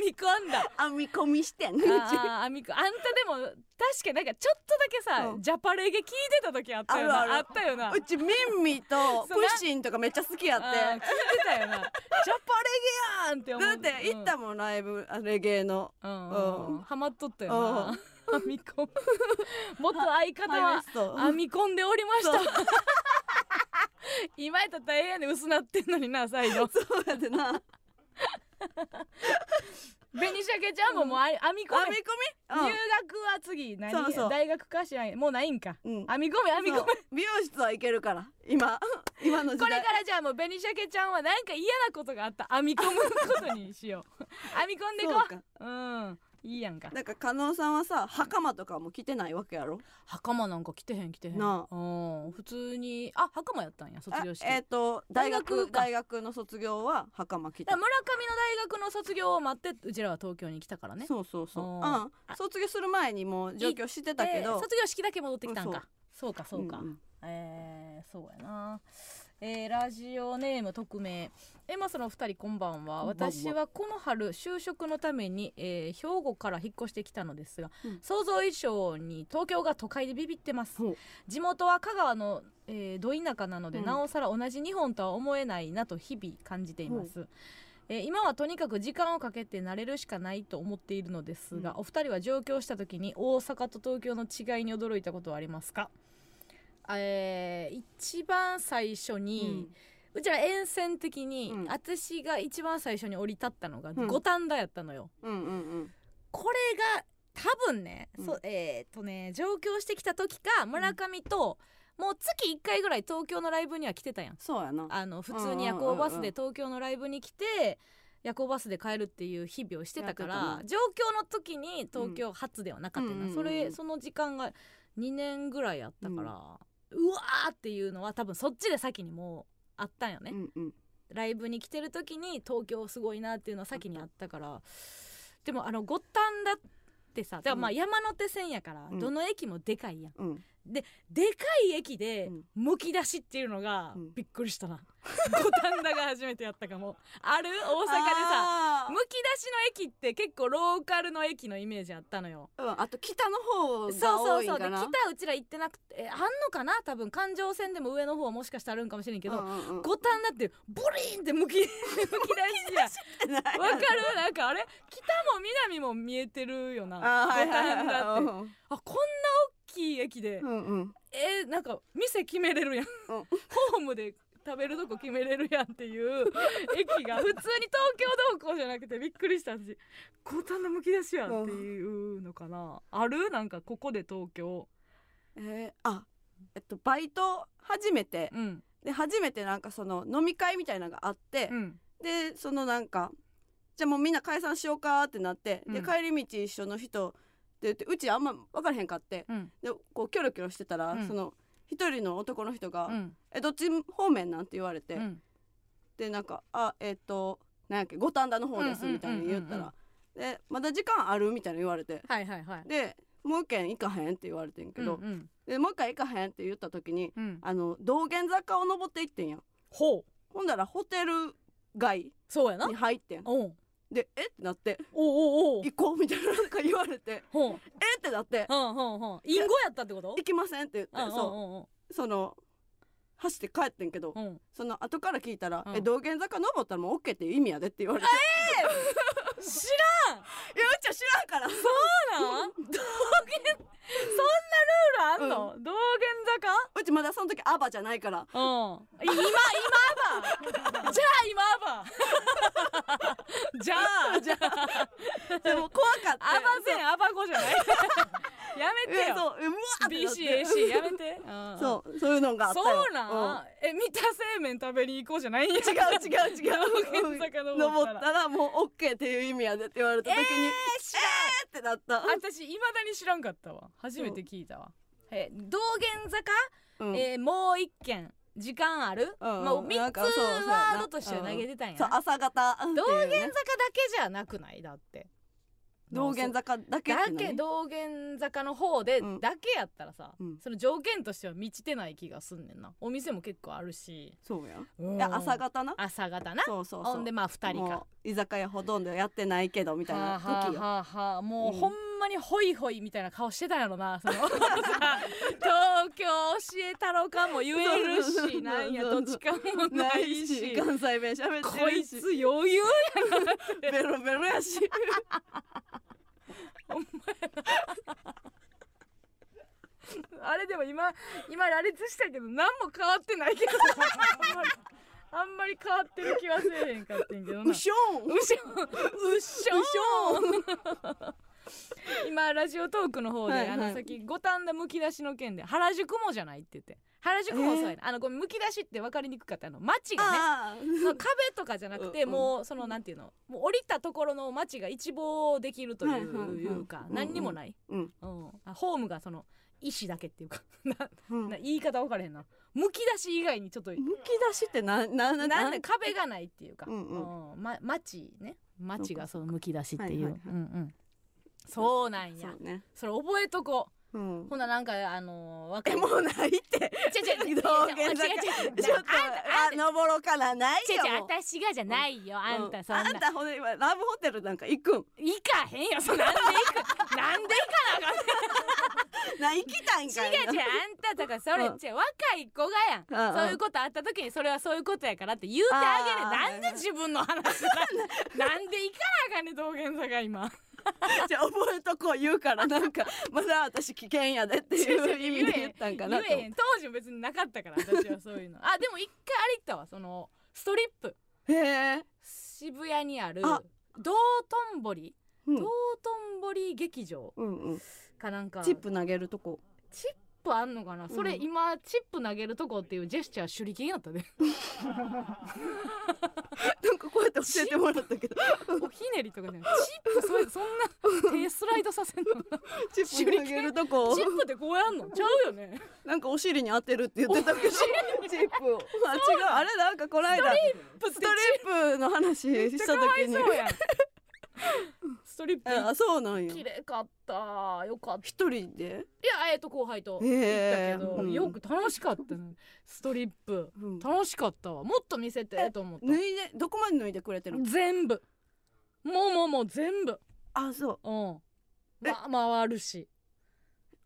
み込 んだ編み込みしてんうちあー編み込あんたでも確かなんかちょっとだけさ、うんジャパレゲ聞いてた時あったよなああるあるったよなうちミンミとプッシンとかめっちゃ好きやっあー聞ていて たよなジャパレゲやんって思だって行ったもんライブあレゲエのうんうんうんうんハマっとったよな編み込むもっと相方ハイウエはスト編み込んでおりましたわ 今やったら大変やね薄なってんのにな再度 そうやってな編紅鮭ちゃんももうあ編み込めみ込入学みは次何そうそう大学かしらんもうないんかうんうん編み込め編み込めそう美容室はいけるから 今今の時これ代からじゃあもう紅鮭ちゃんはなんか嫌なことがあったら編み込むことにしよ う編み込んでこそうかううんいいやんかなんか加納さんはさ袴とかも着てないわけやろ袴なんか着てへん着てへんなうん普通にあ袴やったんや卒業式あえっ、と大大学学か大学の卒業は袴着てだから村上の大学の卒業を待ってうちらは東京に来たからねそうそうそうううんん卒業する前にもう上京してたけでど卒業式だけ戻ってきたんか、うんそうかそうか、んんえー、そうやなえー、ラジオネーム匿名エマスのお二人こんばんはこんばんは私はこの春就職のために、えー兵庫から引っ越してきたのですが、うん想像以上に東京が都会でビビってますほう地元は香川の、えー、ど田舎なので、うんなおさら同じ日本とは思えないなと日々感じています、えー今はとにかく時間をかけて慣れるしかないと思っているのですが、うお二人は上京した時に大阪と東京の違いに驚いたことはありますかえー一番最初に、うちら沿線的に、うん私が一番最初に降り立ったのがん五反田やったのよ、うんうんうんこれが多分ね、うんそうえっ、とね上京してきた時か村上と、もう月1回ぐらい東京のライブには来てたやんそうやなあの普う通にんうんうんうん夜行バスで東京のライブに来て夜行バスで帰るっていう日々をしてたかやっらて上京の時に東京発ではなかったよな、うんうんそうんれうんその時間が2年ぐらいあったから、うわーっていうのは多分そっちで先にもうあったんよね、うんうんライブに来てる時に東京すごいなっていうのは先にあったからでもあの五反田ってさでもまあう山手線やからうんどの駅もでかいやん、うんでかい駅でうんむき出しっていうのがうんびっくりしたな五反田が初めてやったか もある大阪であさーむき出しの駅って結構ローカルの駅のイメージあったのようんあと北の方そうがそ多ういそんうでかな北うちら行ってなくてえあんのかな多分環状線でも上の方はもしかしたらあるんかもしれんけど、うんうんうん五反田ってボリーンってむきむき出し やない わかるなんかあれ北も南も見えてるよなあーはい五はい反田はいうんってあこんな大きい駅で、うんうんえーなんか店決めれるやん、うんホームで食べるとこ決めれるやんって いう駅が普通に東京同行じゃなくてびっくりしたし五反田むき出しやんっていうのかな、あるなんかここで東京えーあえっとバイト初めてうんで初めてなんかその飲み会みたいなのがあってう、んでそのなんかじゃあもうみんな解散しようかってなって、うでん帰り道一緒の人って言ってうちあんま分からへんかってうんでこうキョロキョロしてたら、うんその一人の男の人が「うんえどっち方面なん?」て言われて、うんでなんか「あえっ、となんやっけ五反田の方です」うんうんみたいに言ったうんうんら「でまだ時間ある?」みたいに言われてはいはいはいで「もう一軒行かへん?」って言われてんけど、うんうんでもう一回行かへんって言った時にうんあの道玄坂を登っていってんやほうほんだらホテル街そうやなに入ってんおうで「えっ?」てなっておうおうお「う行こう」みたいななんか言われ てほう「えっ?」てなってほうほうほう隠語やったって「こと行きません」って言ってそそうその走って帰ってんけどうんうんその後から聞いたら「うんえ道玄坂登ったらもう OK っていう意味やで」って言 われて 知「いやうちは知らん から」らん道玄そんなルールあんの、道玄うちまだその時アバじゃない から坂うん今今ば じゃあ今ば じゃあじゃあでも怖かっアたバゼンアバ語じゃない やめてえよそうえうわーってなって BCAC やめて うそうそういうのがあったよそうなんえ三田製麺食べに行こうじゃないんや違う違う違う道玄坂登ったら登ったらもうオッケーっていう意味やでって言われた時にえー知ってなった私未だに知らんかったわ初めて聞いたわえ道玄坂うんえーもう一件時間ある、うんうんまあ、な3んつかそうそうやなワードとしては投げてたんやそうな、朝方っていうね道玄坂だけじゃなくないだって道玄坂坂だけってだ何け道玄坂の方でうんだけやったらさ、うんその条件としては満ちてない気がすんねんなお店も結構あるし、そうやいうんや朝方な朝方なそうそうそうほんでまあ2人かもう居酒屋ほとんどやってないけどみたいなはあ時よはあはあはあもううんほんまにホイホイみたいな顔してたんやろ なそのさ東京教えたろかも言えるそうそうそしうなんやどっちかもないし関西弁喋ってこるいしつ余裕ベロベロやしあれでも今今羅列したけど何も変わっ てないけどあんまり変わってる気はせえへんかってんけどなうしょんうしょうしょ今ラジオトークの方で、はいはいあの先五反田むき出しの件で原宿もじゃないって言って原宿もそうやな、あのこれむき出しって分かりにくかったあの街がねあその壁とかじゃなくて、うんもうそのなんていうのもう降りたところの街が一望できるという,、はいはいはいか、うんうん何にもない、うんあホームがその石だけっていうか なあうんなむ言い方分からへんなむき出し以外にちょっとき出しってななななんで壁がないっていうか、うんうんうんま、町ね町がそのむき出しってはいい、はいうはいうんうん、そうなんそやうねそれ覚えとこうんうほななんかあのー、わかえるもうないって違う違う違う違う違う違う違う道玄坂 ちょっとあ登ろうからない違う違うよ私がじゃないよ、あんたそんな、あんたほんで今ラブホテルなんか行 くん行かへんよそなんで行くなんでな行きたいん行かかい違う違うあんたとかそれ、うん違う若い子がやんうんうんそういうことあった時にそれはそういうことやからって言うてあげあーるなんで自分の話なんなんで行かなあかんねん道玄坂今じゃあ覚えとこう言う からなんかまだ私危険やでっていう意味で言ったんかなと言えへん当時別になかったから私はそういう のあでも一回あれ行ったわそのストリップへえ、渋谷にあるあ道頓堀うん道頓堀劇場うんうん、かなんかチップ投げるとこチップあんのかな、それうん今チップ投げるとこっていうジェスチャー手裏剣やったねなんかこうやって教えてもらったけどおひねりとかじゃないチップそれそんな手スライドさせんのチップ投げるとこ チップってこうやんのちゃうよねなんかお尻に当てるって言ってたけどチップをあ違うあれなんかこの間ストリップの話したかわ時いにそうやん スストリップあそうなんや綺麗かったよかった一人でいやえっと後輩と行ったへけーど、うんよく楽しかったねストリップうん楽しかったわもっと見せてと思った脱いでどこまで脱いでくれてるの全部もうもうもう全部あそううんえま回るし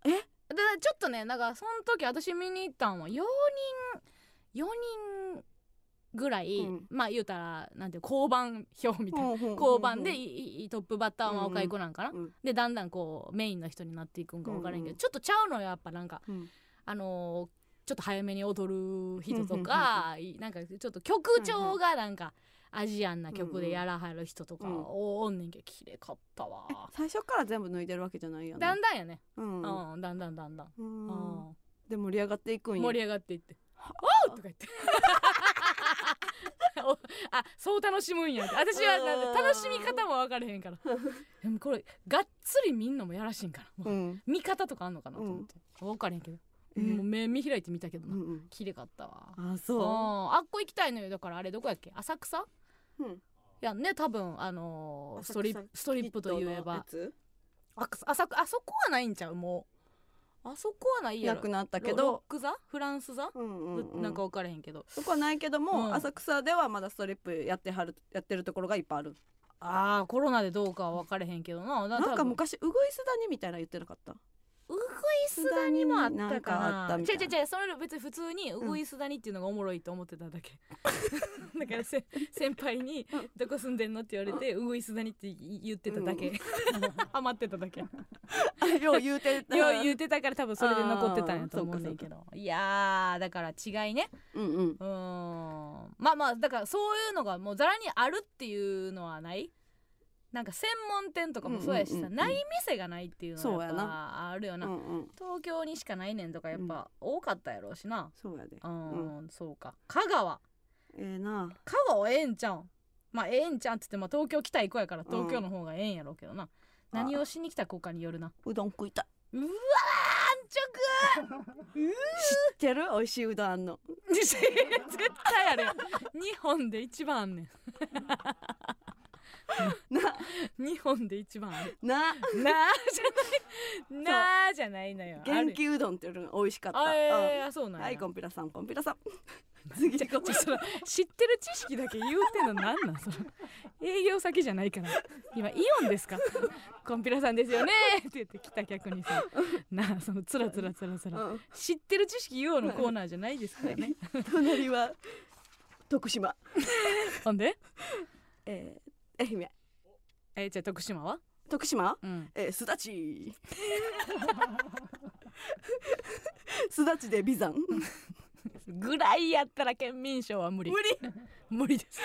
えだからちょっとねだからその時私見に行ったんは4人4人ぐらい、うんまあ言うたらなんていう交番表みたいな交交番でいいいトップバッターは若い子なんかな、うんうんでだんだんこうメインの人になっていくんか分からんけど、うんうんちょっとちゃうのよやっぱなんかあのーちょっと早めに踊る人とか、いなんかちょっと曲調がなんか、アジアンな曲でやらはる人とか、うんうんおんねんけど綺麗かったわ、最初から全部脱いでるわけじゃないやだんんだんやね、うんうんだんだんだんだん、うんうんで盛り上がっていくんや盛り上がっていって「おう!」とか言って おあそう楽しむんやって私はなんあーか楽しみ方も分から へんからでもこれがっつり見んのもやらしいんかな、うん見方とかあんのかなと思って、分からへんけど、えもう目見開いて見たけどうな、ん綺麗かったわうんあうんそあっこ行きたいのよだからあれどこやっけ浅草ううんやんね多分あのーストリッ浅プストリップといえばヒットのやつあ浅くあそこはないんちゃうもうあそこはないやなろくなったけロロッどク座フランス座、うんうんうんなんか分からへんけどそこはないけども、うん浅草ではまだストリップやってはるやってるところがいっぱいあるあーコロナでどうかは分からへんけどなななんかう昔うぐいす谷みたいなの言ってなかったウグイスダニもあったかなんかあったなみちたゃいちなゃちゃそれ別に普通にウグイスダニっていうのがおもろいと思ってただけ だからせ先輩にうん「どこ住んでんの?」って言われて「ウグイスダニ」って言ってただけ、 うハマってただけよう言うてた よう言ってたから多分それで残ってたんやと思うねんけどいやーだから違いねうんうんうーんまあまあだからそういうのがもうざらにあるっていうのはないなんか専門店とかもそうやしうんうさ、んうんうんない店がないっていうのそうはややっなぱあるような、んうん東京にしかないねんとかやっぱ多かったやろうしなそうやでうん、そうか香川ええな香川ええんちゃうんまあええんちゃんって言って、まあ、東京来たい子やから東京の方がええんやろうけどな、何をしに来た子かによるなうどん食いたいうわー安直知ってる美味しいうどんあんの絶対あれ日本で一番あんねなん日本で一番ある ななあじゃないなあじゃないのよあ元る気うどんっていうのが美味しかったあうえー、そうなんんやはいコンピラさんコンピラさん 次じゃじゃその知ってる知識だけ言うてんのなんなんそれ営業先じゃないから今イオンですかコンピラさんですよねって言って来た客にさなあそのつらつらつらつらうん知ってる知識言おうのコーナーじゃないですからね隣は徳島ほんでえー、愛媛えじゃあ徳島は徳島うんえー、すだち すだちで美山ぐらいやったら県民賞は無理無理 無理です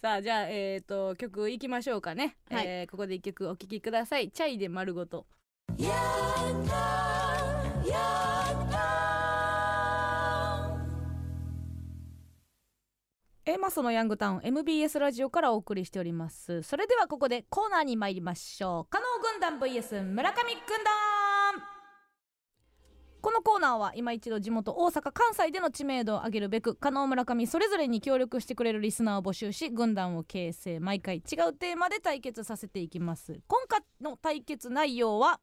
さあじゃあえっ、と曲いきましょうかね、はいえーここで一曲お聴きくださいチャイで丸ごとエマソのヤングタウン MBS ラジオからお送りしておりますそれではここでコーナーに参りましょう加納軍団 VS 村上軍団このコーナーは今一度地元大阪関西での知名度を上げるべく加納村上それぞれに協力してくれるリスナーを募集し軍団を形成毎回違うテーマで対決させていきます今回の対決内容は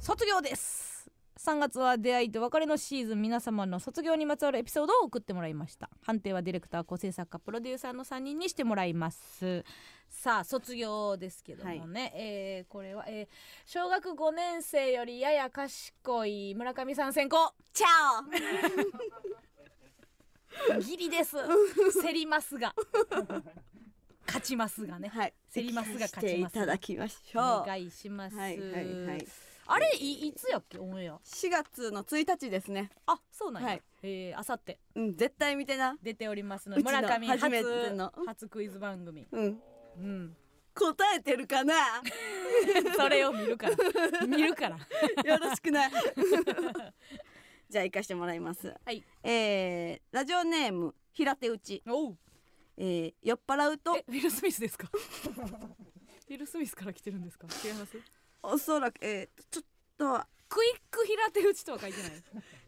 卒業です3月は出会いと別れのシーズン皆様の卒業にまつわるエピソードを送ってもらいました判定はディレクター構成作家プロデューサーの3人にしてもらいますさあ卒業ですけどもね、えーこれは、えー小学5年生よりやや賢い村上さん先行チャギ リです競りますが勝ちますがオねはい競りますが勝してちいますただきましょうお願いします、はいはいはいあれいいつやっけオンエア4月の1日ですねあそうなんや、はいえー、あさってうん絶対見てな出ておりますのうでちの村上初初めての初クイズ番組、うんうん、 答えてるかなそれを見るから見るから よろしくなじゃあ行かしてもらいますはいえー、ラジオネーム平手打ち、おうえー、酔っ払うとえウィル・スミスですかウィル・スミスから来てるんですか違いますおそらくえー、ちょっとクイック平手打ちとは書 いてない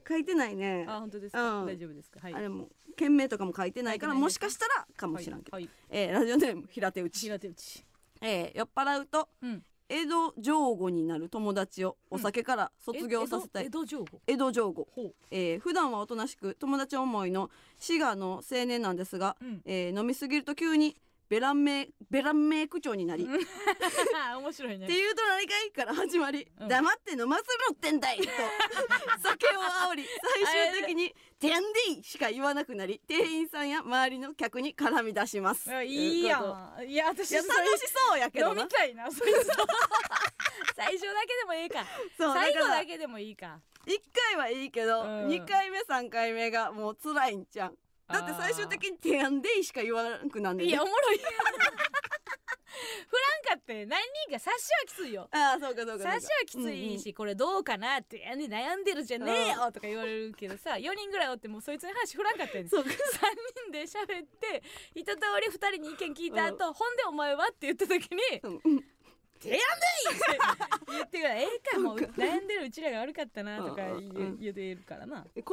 書いてないねあ本当ですか、うん大丈夫ですかはいあれも件名とかも書いてないから書いてないねもしかしたらかもしらんけど、はい、はい、えーラジオネーム平手打ち、平手打ちえー酔っ払うと、うん江戸上後になる友達をお酒から卒業させたい、江戸上戸江戸上後、ほうえー普段はおとなしく友達思いの滋賀の青年なんですが、 うんえー飲みすぎると急にベランメイベランメイ区長になり、うんっ面白いねていうと何かいから始まり、うん黙って飲ませろってん だいと酒を煽り最終的に「てやんでい!」しか言わなくなり店員さんや周りの客に絡み出します。あいいやとうことんいや私いやそ楽れしそうやけど飲なみたいなそいつと最初だけでもいいかそう最後だからだけでもいいか一回はいいけど、うん二回目三回目がもう辛いんじゃんだって最終的に「てやんでい!」しか言わなくなんねんいやおもろい フランカって何人か察しはきついよああそうかそうかそうか察しはきついし、これどうかなってやね悩んでるじゃねえよとか言われるけどさ4人ぐ らいおってもうそいつに話振らんかったやねん3そうか人で喋って一通り2人に意見聞いた後、ほんでお前はって言った時にうん「 言ってくれええかもう悩んでるうちらが悪かったな」とかうんう言うん言うてるからな、これ以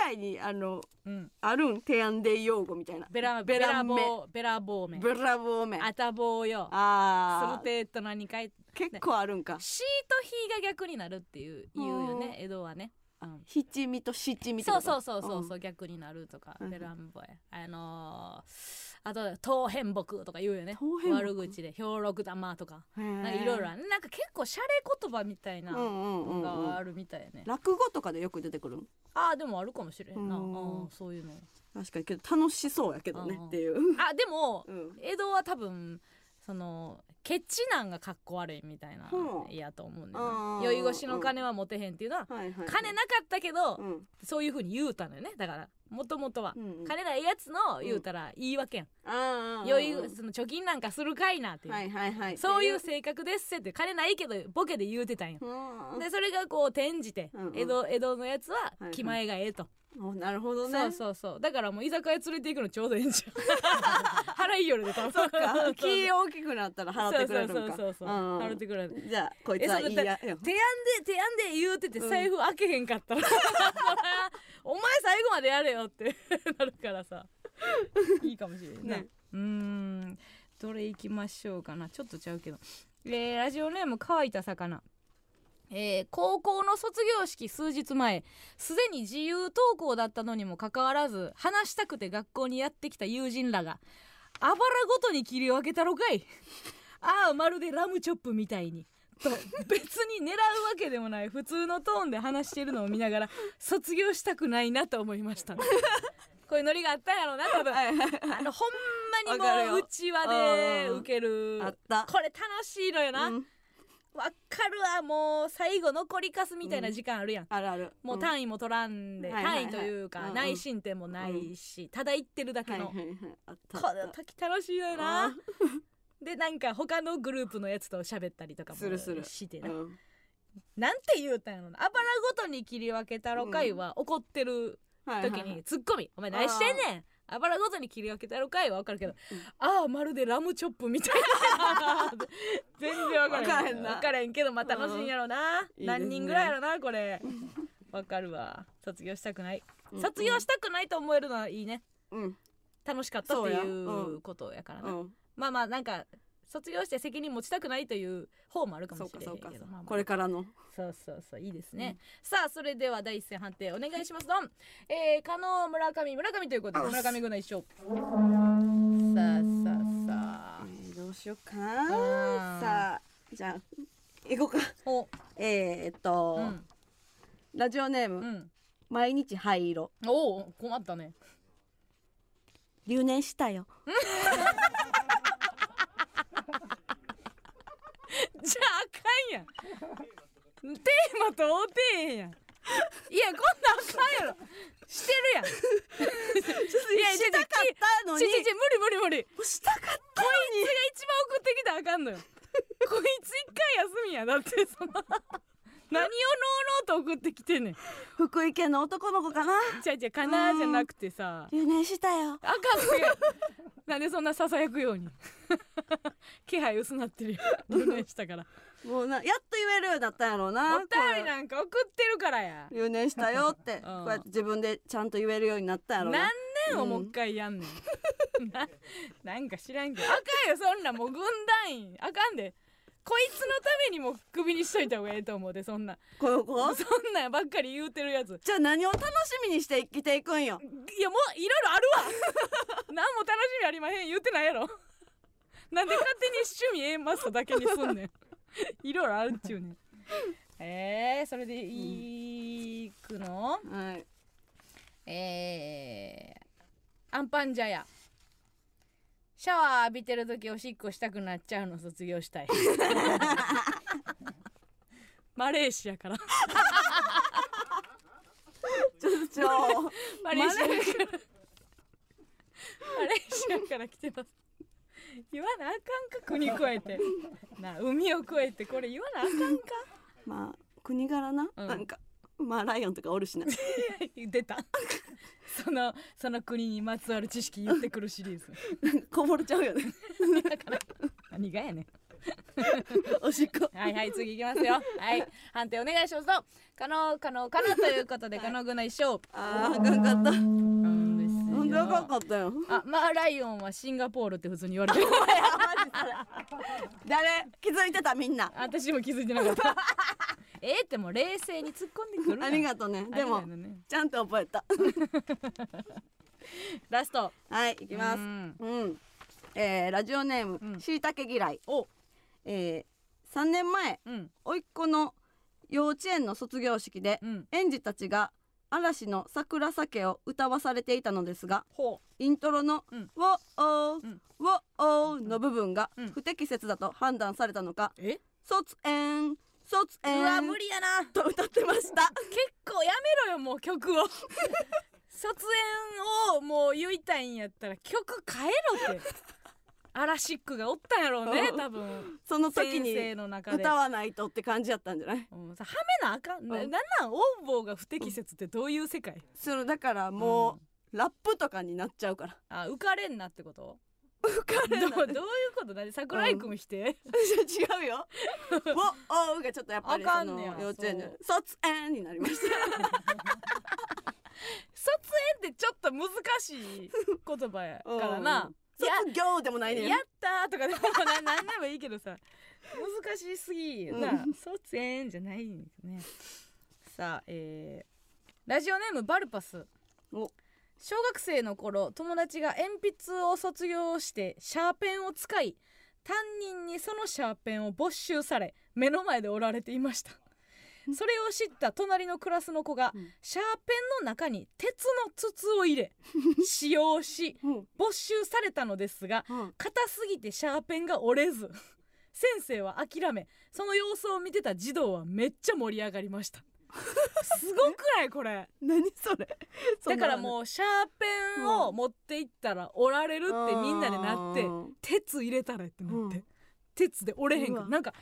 外にあのうん、あるん提案で用語みたいなベラベベラランメボーベラボーメンブラボーメンああたぼうよあソルテーと何かい結構あるんかシーとヒが逆になるっていう言うようんね江戸はね、うん七味と七味ってそこうとそうそうそうそうう逆になるとかうんベランボイあのーあと当変木とか言うよね当変木悪口で兵六玉とかんなんかいろいろあるなんか結構シャレ言葉みたいなうんうんうんのうんがあるみたいやね落語とかでよく出てくるんああでもあるかもしれんなうんうんそういうの確かにけど楽しそうやけどねうんっていうあでもうん江戸は多分そのケチなんがかっこ悪いみたいなほうやと思うねんあなー酔い越しの金は持てへんっていうのははいはい金なかったけどうんそういうふうに言うたのよねだからもともとはうんうん金ないやつの言うたら言い訳やんああ余裕その貯金なんかするかいなっていう、はいはいはいそういう性格ですせって金ないけどボケで言うてたんや、うんでそれがこう転じて、うんうん江戸江戸のやつはいはい気前がええと、おなるほどねそうそうそうだからもう居酒屋連れて行くのちょうどええん じゃん 払いよるで多分そっかそう気大きくなったら払ってくれるんか そうそうそうそう、ん払ってくれるじゃあこいつはいいやよ手やんで手やんで言うててうん財布開けへんかったら、 お前最後までやれよって なるからさいいかもしれんな、ねうーんどれいきましょうかなちょっとちゃうけど、えーラジオネーム乾いた魚えー高校の卒業式数日前すでに自由登校だったのにもかかわらず話したくて学校にやってきた友人らがあばらごとに切り分けたろかい ああまるでラムチョップみたいにと別に狙うわけでもない普通のトーンで話しているのを見ながら卒業したくないなと思いま したこういうノリがあったんやろうな多分はいはいあのほんわかまるによもううちわでうん受けるあったこれ楽しいのよなわ、うんかるわもう最後残りかすみたいな時間あるやん、あるあるもう単位も取らんで、はいはいは単い位といううんかうん内申点もないし、ただ行ってるだはけいはの、いはいあったこの時楽しいのよあな でなんか他のグループのやつと喋ったりとかもするするしてうなんなんて言うたんやろなあばらごとに切り分けたろかいは怒ってるはいはい時にツッコミ「お前何してんねんあばらごとに切り分けたろかい」は分かるけど「ああまるでラムチョップみたい な」全然分か分かららへへんんな分からへんけどまあ楽しいんやろなうん何人ぐらいやろなこ れ分かるわ卒業したくないうん卒業したくないと思えるのはいいねうん楽しかったっそてうやいううことやからうなんまあまあなんか卒業して責任持ちたくないという方もあるかそもうしかれそなういかけどまあまあこれからのそうそうそういいですね、さあそれでは第一戦判定お願いしますドンえー、加納村上村上ということであっす村上軍の一勝さあさあさあえーどうしようかうなんさあじゃあ行こうかおえーっとうんラジオネーうムん毎日灰色おお困ったね 留年したよじゃああかんやんテーマと合うてへんやんいやこんなんあかんやろしてる やんいやしたかったのにちちち無理無理無理したかったのこいつが一番送にってきたらあか んのよこいつ一回休みやだって その何をノーノーと送ってきてんねん福井県の男の子かなじゃじゃかなーじゃなくてさ留年したよあかんって なんでそんなささやくように 気配薄な ってるよ留年したからもうなやっと言えるようになったんやろうなお便りなんか送ってるからや留年したよって、こうやって自分でちゃんと言えるようになったやろう何な年をもううん一回やんねん、ななんか知らんけどあかんよそんなもう軍団員あかんでこいつのためにもクビにしといた方がええと思うでそんなこの子 そんなんばっかり言うてるやつじゃあ何を楽しみにして生きていくんよいやもういろいろあるわ 何も楽しみありまへん言うてないやろなんで勝手に趣味ええマストだけにすん ねんいろいろあるっちゅうねんえー、それでいくの、はいえー、アンパンジャヤシャワー浴びてる時おしっこしたくなっちゃうの卒業したい マレーシアからちょっとちょマレーシアからマレーシアから来てます言わなあかんか国越えてなあ海を越えてこれ言わなあかんかまあ国柄な、うんなんかまあライオンとかおるしな出たそのその国にまつわる知識言ってくるシリーズ こぼれちゃうよね何がやねん おしっこはいはい次いきますよはい判定お願いしますと可能可能可能ということで可能具の一生あーあかんかったなんですよなんであかんかったよあマーライオンはシンガポールって普通に言われてる 誰気づいてたみんな私も気づいてなかったええってもう冷静に突っ込んでくるなありがとうねであもりがとうねちゃんと覚えた ラストはいいきますうんうん、えー、ラジオネーム、うんしいたけ嫌いおえー、3年前うん甥っ子の幼稚園の卒業式で、うん園児たちが嵐の桜酒を歌わされていたのですがほイントロのうん「ウォーうんウォー」の部分がうん不適切だと判断されたのかうえ「卒園卒うわ無園理やな」と歌ってま した結構やめろよもう曲を卒園をもう言いたいんやったら曲変えろってアラシックがおったんやろうね多分その時先生にの中で歌わないとって感じやったんじゃないうんさはめなあかん、なうなんんなん応募が不適切ってどういう世界それだからもうラップとかになっちゃうからあ浮かれんなってこと浮かれど なういどういうことなんで桜井くん否違定、う よ「ウォー」がちょっとやっぱりあかそんのねや幼稚園でそう「卒園」になりました卒園ってちょっと難しい言葉やからな、いや卒業でもないねんやったーとかでもななんでもいいけどさ難しすぎよな、うん卒園じゃないんですねさあえーラジオネームバルパスお小学生の頃友達が鉛筆を卒業してシャーペンを使い担任にそのシャーペンを没収され目の前で折られていましたそれを知った隣のクラスの子がうんシャーペンの中に鉄の筒 を入れ使用しうん没収されたのですがうん硬すぎてシャーペンが折れず先生は諦めその様子を見てた児童はめっちゃ盛り上がりました すごくないこれ何そ れだからうもうシャーペンを持っていったら折られるってみんなでなって鉄入れたらってなって、うん鉄で折れへんかうらわなんか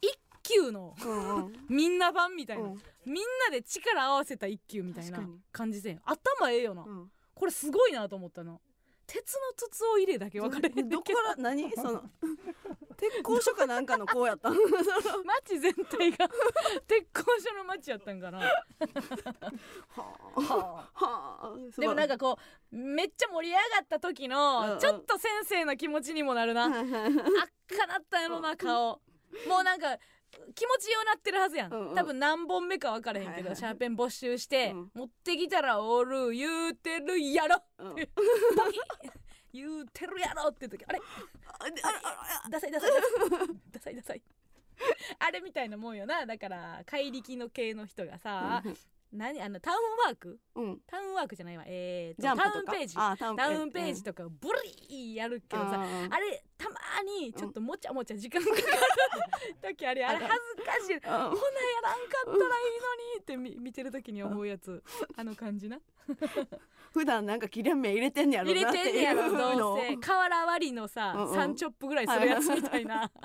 一級のうんうんみんな版みたいな、うんみんなで力合わせた一級みたいな確かに感じせん頭ええよな、うんこれすごいなと思ったの鉄の筒を入れだけ分かれへんねんけどどこから 何その鉄工所かなんかのこうやったん街全体が 鉄工所の街やったんかなはあはあでもなんかかこうめっちゃ盛り上がった時うんうのんちょっと先生の気持ちにもなるな、あっかなったんやろな顔もうなんか気持ちようなってるはずやん、うんうん多分何本目か分からへんけど、はいはいシャーペン没収して、うん持ってきたらおる言うてるやろボキッ言うてるやろって時あれダサいダサい ダサいダサいダサいあれみたいなもんよなだから怪力の系の人がさ何あのタウンワークうんタウンワークじゃないわえー、ジャとンタプウンとかページあタウタウンページとかブリーやるけどさああれたまにちょっともちゃもちゃ時間かかる時 あれあれ恥ずかしいーあこんなんやらんかったらいいのにってみ見てる時に思うや つあの感じな普段なんか切れ目入れてんねやろ入れなっててんねいやろうどの うせ瓦割りのさ、うんうん3チョップぐらいするやつみたいな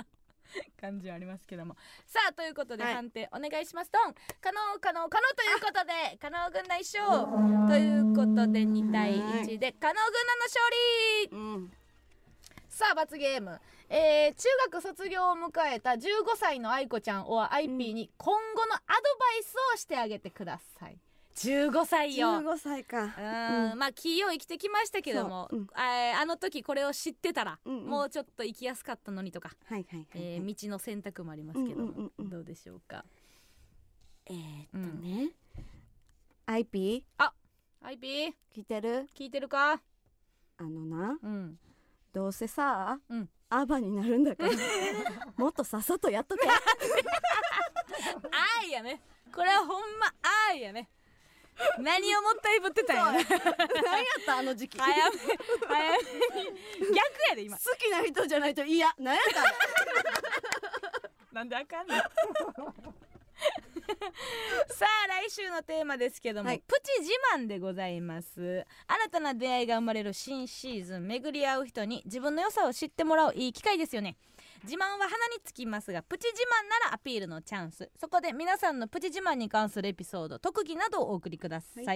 感じはありますけどもさあということではい判定お願いします、ドン可能可能可能ということで可能軍団一勝ということで2対1で可能軍団の勝利うんさあ罰ゲーム、えー中学卒業を迎えた15歳の愛子ちゃん or IP に今後のアドバイスをしてあげてください、 15歳よ15歳かうう、んまあ企業生きてきましたけども、そううんあーあの時これを知ってたら、うんうんもうちょっと生きやすかったのにとか、はいはいはい、えー道の選択もありますけども、うんうんうんうんどうでしょうかえーっとね、IP IP 聞聞いてるいてるかあのなうんどうせさ、うんアバになるん だからもっとさっさとやっとけあーやねこれはほんまあーやね何をもったいぶってたんやね何やったあの時期早め早めに逆やで今好きな人じゃないと嫌何やったあれなんであかんの さあ来週のテーマですけども、はいプチ自慢でございます新たな出会いが生まれる新シーズン巡り合う人に自分の良さを知ってもらういい機会ですよね自慢は鼻につきますがプチ自慢ならアピールのチャンスそこで皆さんのプチ自慢に関するエピソード特技などをお送りください、は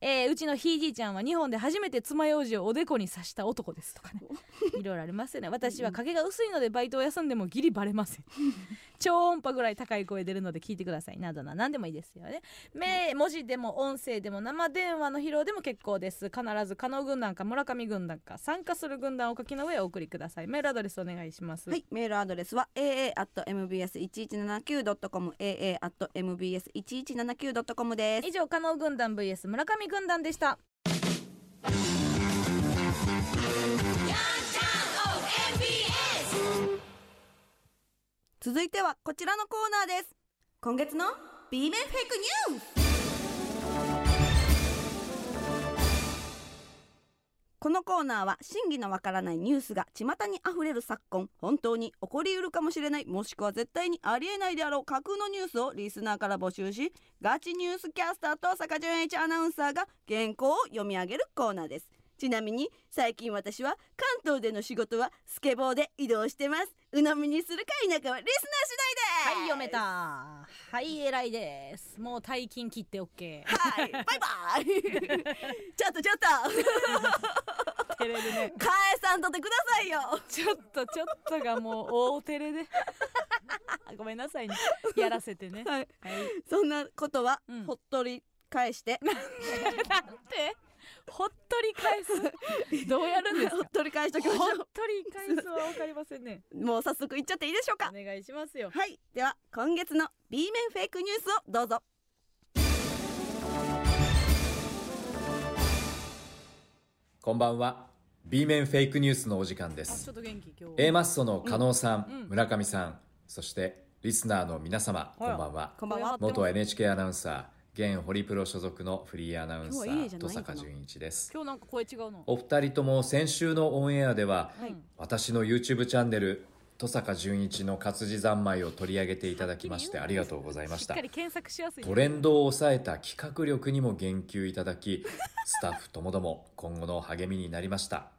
えーうちのひいじいちゃんは日本で初めて爪楊枝をおでこに刺した男ですとかね いろいろありますよね私は影が薄いのでバイトを休んでもギリバレません 超音波ぐらい高い声出るので聞いてくださいなどな何でもいいですよね目文字でも音声でも生電話の披露でも結構です必ず加納軍団か村上軍団か参加する軍団をお書きの上お送りくださいメールアドレスお願いします、はいメールアドレスは aa.mbs1179.com aa.mbs1179.com です以上加納軍団 vs 村上軍団でした続いてはこちらのコーナーです今月の B 面フェイクニュースこのコーナーは真偽のわからないニュースが巷にあふれる昨今本当に起こりうるかもしれないもしくは絶対にありえないであろう架空のニュースをリスナーから募集しガチニュースキャスターと坂淳一アナウンサーが原稿を読み上げるコーナーですちなみに最近私は関東での仕事はスケボーで移動してます鵜呑みにするか否かはリスナーは次第いです読めたはい偉いですもう大金切って OK はいバイバイちょっとちょっと照れるね返さんとってくださいよちょっとちょっとがもう大照れで ごめんなさいねやらせてねはい はいそんなことは、うんほっとり返してなんてほっとり返すどうやるんですほっかとり返しときほまっしょとり返すはわかりません ねうもう早速いっちゃっていいでしょうかお願いしますよはいでは今月の B 面フェイクニュースをどうぞこんばんは。B 面フェイクニュースのお時間であちすょっ。と元気今日 A マッソの加納さん、うんうん村上さん、そしてリスナーの皆様、ほこらんばんは。こんばんは元 NHK アナウンサー、現ホリプロ所属のフリーアナウンサ今日 A じー、ゃない登のかな坂淳一です。今日なんか声違うのお二人とも先週のオンエアでは、はい私の YouTube チャンネル、登坂淳一の活字三昧を取り上げていただきましてありがとうございまししったか。り検索しやすいトレンドを抑えた企画力にも言及いただき、スタッフともども今後の励みになりました。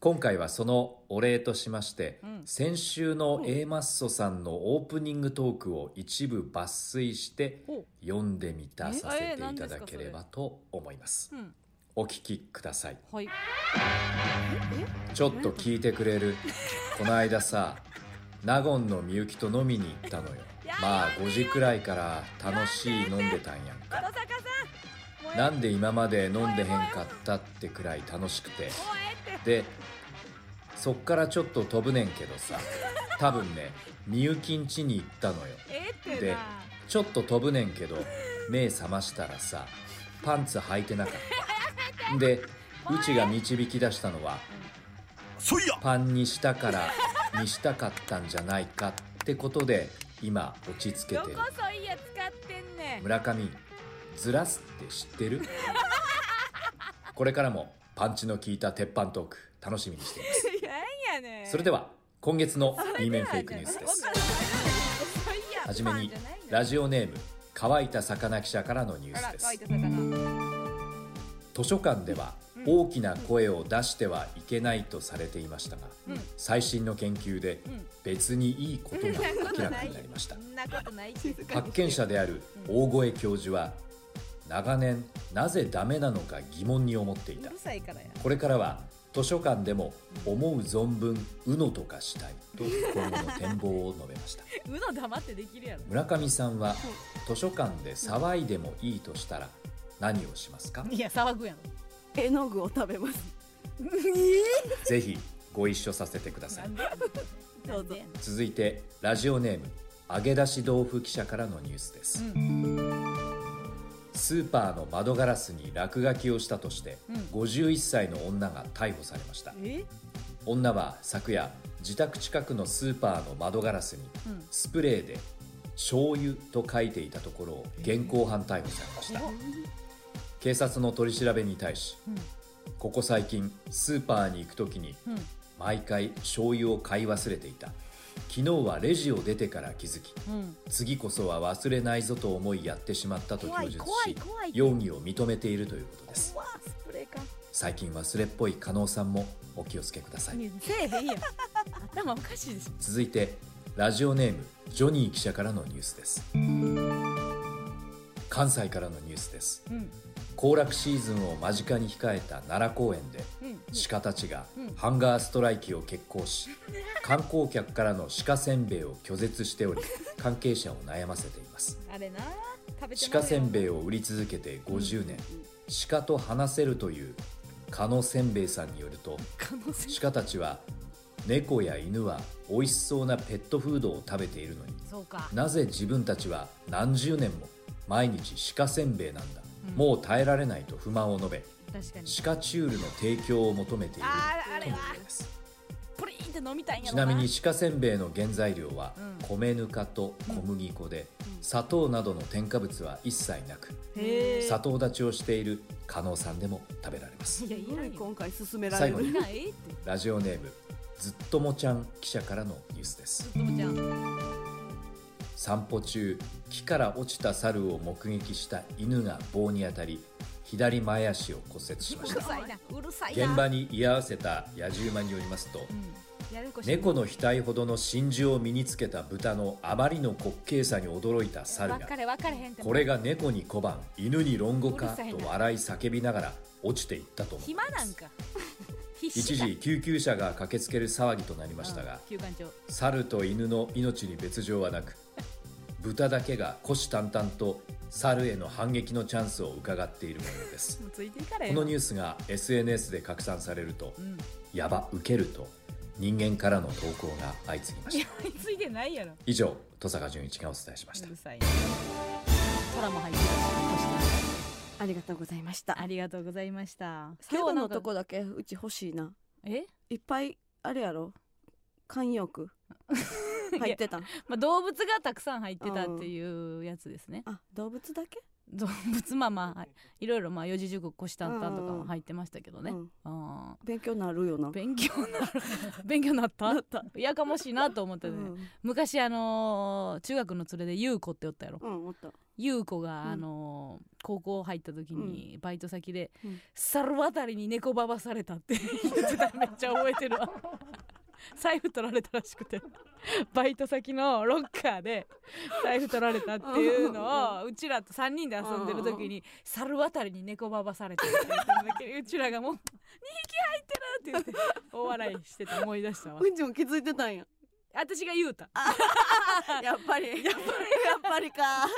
今回はそのお礼としまして、うん先週の A マッソさんのオープニングトークを一部抜粋してほ読んでみたえさせてえいただければと思いますう。うんお聞きください。はいちょっと聞いてくれる。この間さ、納言のみゆきと飲みに行ったのよ。まあ5時くらいから楽しい飲んでたんやんか。登坂さんもうええなんで今まで飲んでへんかったってくらい楽しくてもうええってでそっからちょっと飛ぶねんけどさ多分ねみゆきん家に行ったのよええってでなちょっと飛ぶねんけど目覚ましたらさパンツ履いてなかったでうちが導き出したのはそういやパンにしたからにしたかったんじゃないかってことで今落ち着けどてこるそいや使ってんねん村上ずらすって知ってるこれからもパンチの効いた鉄板トーク楽しみにしていますなんやねんそれでは今月の B 面フェイクニュースでわすかるわかるそういやはじめパンにじゃないのラジオネーム乾いた魚記者からのニューあらスで乾いすた魚図書館では大きな声を出してはいけないとされていましたが、うん最新の研究でうん別にいいことが明らかになりましたそんなことないって発見者である大越教授は長年なぜダメなのか疑問に思っていうたるさいからやこれからは図書館でも思う存分うのとかしたいと今後の展望を述べましたうの黙ってできるやろ村上さんは図書館で騒いでもいいとしたら何をしますかいや騒ぐやん絵の具を食べますぜひご一緒させてくださいどうぞ続いてラジオネーム揚げ出し豆腐記者からのニュースです、スーパーの窓ガラスに落書きをしたとして、51歳の女が逮捕されましたえ女は昨夜自宅近くのスーパーの窓ガラスにスプレーで醤油と書いていたところを現行犯逮捕されました、警察の取り調べに対し、ここ最近スーパーに行く時に毎回醤油を買い忘れていた昨日はレジを出てから気づき、次こそは忘れないぞと思いやってしまったと供述し怖い怖い怖い容疑を認めているということですわスプレーか最近忘れっぽい加納さんもお気をつけくださいせえへんやん頭おかしいでしょ続いてラジオネームジョニー記者からのニュースです関西からのニュースですうん行楽シーズンを間近に控えた奈良公園でうん鹿たちがハンガーストライキを決行し観光客からの鹿せんべいを拒絶して おり関係者を悩ませていますあれな食べて鹿せんいべいを売り続けて50年鹿と話せるという鹿野せんべいさんによると可能性鹿たちは猫や犬は美味しそうなペットフードを食べているのにそうかなぜ自分たちは何十年も毎日鹿せんべいなんだ、もう耐えられないと不満を述べ確かに鹿チュールの提供を求めているあーあれはとのことですプリンって飲みたいんやちろななみに鹿せんべいの原材料はうん米ぬかと小麦粉で砂糖などの添加物は一切なくへえ砂糖立ちをしている加納さんでも食べられ ますいやいらんよ今回進められ最後るにいないってラジオネームずっともちゃん記者からのニュースですずっともちゃん散歩中木から落ちた猿を目撃した犬が棒に当たり左前足を骨折しましうるたさいなうるさいな現場に居合わせた野獣馬によりますとやるこしい猫の額ほどの真珠を身につけた豚のあまりの滑稽さに驚いた猿分がかれ分かれへんってこれが猫に小判犬に論語うかるさいなと笑い叫びながら落ちていったと暇なんか 必死一だ時救急車が駆けつける騒ぎとなりましたが、休館長猿と犬の命に別状はなく豚だけが虎視眈々と猿への反撃のチャンスを伺っているものですもうついていかれへこんのわニュースが SNS で拡散されると、やばウケると人間からの投稿が相次ぎました ついてないやろ以上戸坂淳一がお伝えしましたうるさいなトラも入ってるしありがとうございましたありがとうございました最後今日のはなんとかこだけうち欲しいなえいっぱいあれやろ慣用 句入ってたんまあ動物がたくさん入ってたっていうやつですねあ動物だけ、動物まあまあいろいろまあ四字熟語したんたんとかも入ってましたけどねうんあー勉強になるよな勉強になる勉強になったいやかもしいなと思ってね、うん昔あのー中学の連れで優子っておったやろうん思った優子が、うんあのー高校入った時にバイト先で、うん猿渡りに猫ばばされたって言ってたのめっちゃ覚えてるわ財布取られたらしくてバイト先のロッカーで財布取られたっていうのをうちらと3人で遊んでる時に猿渡りに猫ばばされたって言ってるだけでうちらがもう2匹入ってるって言って大笑いしてて思い出したわうんちも気づいてたんや私が言うたやっぱりやっぱりやっぱりか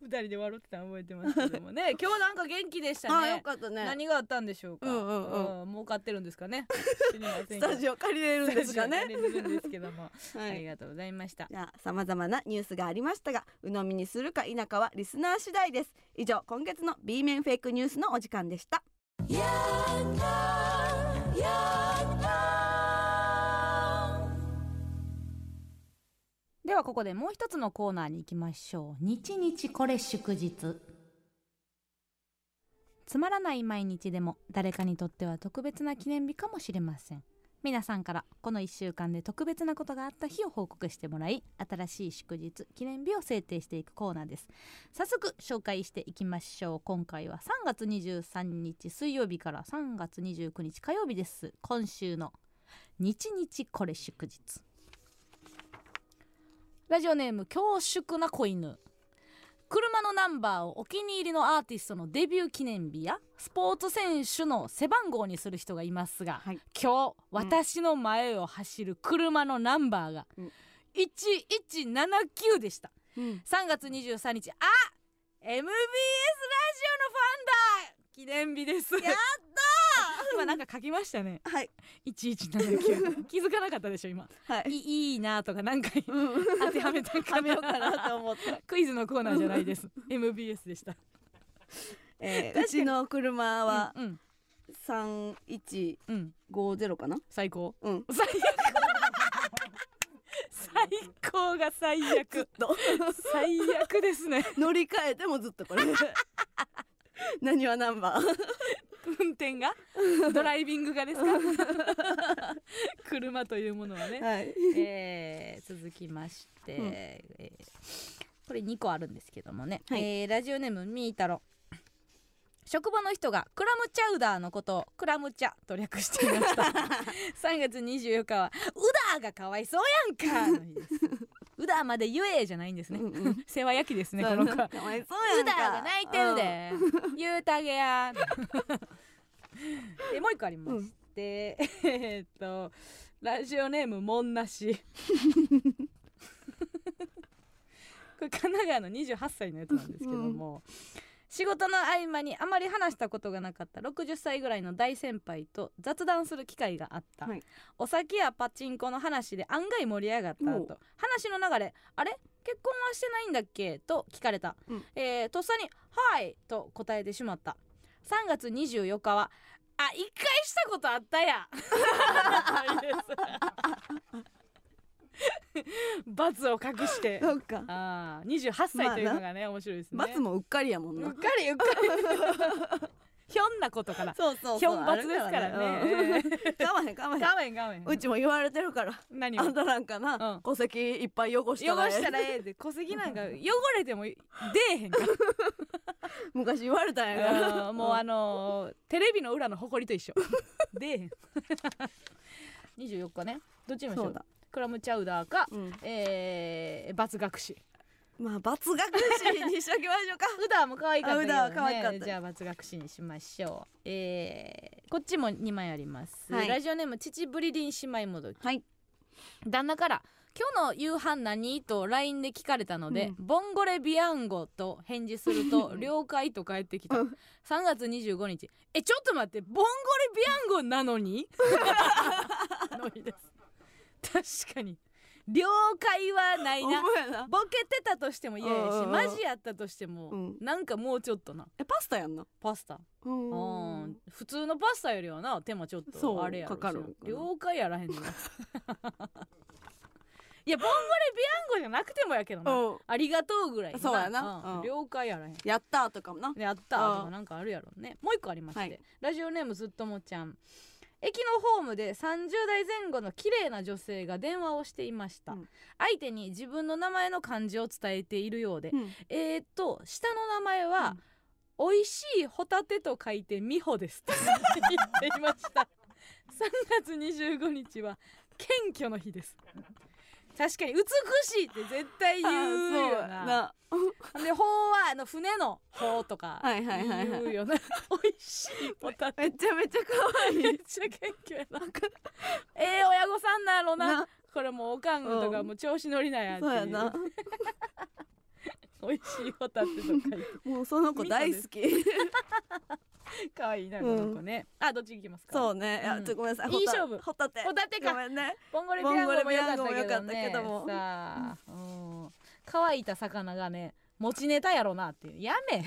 二人で笑ってたの覚えてますけどもね今日なんか元気でしたあねよかったね何があったんでしょううか。んうんうんうん儲かってるんですかね。知りません けスどタジオ借りれるんですかねスタジオに入れてるんですけども、 はありい。がとうございました。じゃあ様々なニュースがありましたが鵜呑みにするか否かはリスナー次第です以上今月の B 面フェイクニュースのお時間でしたではここでもう一つのコーナーに行きましょう。日日これ祝日。つまらない毎日でも誰かにとっては特別な記念日かもしれません。皆さんからこの1週間で特別なことがあった日を報告してもらい新しい祝日記念日を制定していくコーナーです早速紹介していきましょう今回は3月23日水曜日から3月29日火曜日です今週の日日これ祝日ラジオネーム恐縮な子犬車のナンバーをお気に入りのアーティストのデビュー記念日やスポーツ選手の背番号にする人がいますが、はい今日私の前を走る車のナンバーがうん1179でしたうん3月23日あ MBS ラジオのファンだ記念日ですやった 今なんか書きましたねはい1179気づかなかったでしょ今はいいいい なとか何回うん 当てはめたんか食べようかなと思った、クイズのコーナーじゃないです MBS でしたえー、うちの車はうん三一うん五ゼロかな最高うん最悪最高が最悪と最悪ですね乗り換えてもずっとこ れ何はナンバー運転がドライビングがですか車というものはね、はい えー続きまして、うんえーこれ2個あるんですけどもね、はいえーラジオネームみーたろ職場の人がクラムチャウダーのことをクラムチャと略していました 3月24日は「ウダーがかわいそうやんか」の 日ですウダーまで言えじゃないんですね、うんうん世話焼きです ねそこうのな子んかかわいそうや普んか段が泣いてるで、言うたげ やでもう一個ありまして、えーっとラジオネームもんな しこれ神奈川の28歳のやつなんですけども、仕事の合間にあまり話したことがなかった60歳ぐらいの大先輩と雑談する機会があった、はいお酒やパチンコの話で案外盛り上がったおと話の流れあれ結婚はしてないんだっけと聞かれた、うんえーとっさに「はい」と答えてしまった3月24日は「あ一回したことあったや」 罰を隠 してそうかああ28歳というのがね面白いですね罰もうっかりやもんうっなかりうっかりひょんなことからそうそひょん罰ですからねかまへんかまへん画面画面うちも言われてるから何をあん汚たなんかな、うん戸籍いっぱい汚したらええしたらええで小杉なんか汚れても出えへんか昔言われたんやかららうんもうあのーテレビの裏の埃と一 緒出えへん24日ねどっちにしましそょううだ、クラムチャウダーかうん、えー、罰学士まあ罰学士にしときまし ょうかウダーも可愛かったけど、ね、あウダー可愛かったじゃあ罰学士にしましょうえー、こっちも2枚あります、はいラジオネーム父ブリリン姉妹もどきはい旦那から「今日の夕飯何?」と LINE で聞かれたので「ボンゴレビアンゴ」と返事する と「了解」と返ってきたう3月25日「えちょっと待ってボンゴレビアンゴな のに? 」の日です確かに了解はないほんなまやなボケてたとしても嫌やうんうんしうんマジやったとしてうもんなんかもうちょっとなえパスタやんなパスタううん普通のパスタよりはな手間ちょっそうとあれやろしかかるんかな了解やらへんねん いやボンゴレビアンゴじゃなくてもやけどなうんありがとうぐらいそうやなうんうん了解やらへんやったーとかもなやったーとうかんなんかあるやろねもう一個ありまして、はいラジオネームずっともちゃん駅のホームで30代前後の綺麗な女性が電話をしていました、うん相手に自分の名前の漢字を伝えているようで、えー、と下の名前は、美味しいホタテと書いて 美穂ですと言っていました3月25日は謙虚の日です確かに美しいって絶対言うあそよなうやなで「ほう」はあの船の「ほう」とかはいはいはいはい言うよな美味しいホタテめちゃめちゃ可愛いめっちゃ謙虚やなええ親御さんなんやろななこれもうおかんとかうんもう調子乗りなんやってそうやいうな美味しいホタテとか言っ てもうその子大好き可愛いなこうんの子ね、あどっち行きますかそうねいやちょっとごめんなさいいい勝負ホタテホタテかごめんねボンゴレビアンゴも良かっボンたけどねゴレビアンゴも良かったけどもさあ、うん、乾いた魚がね持ちネタやろなっていうや め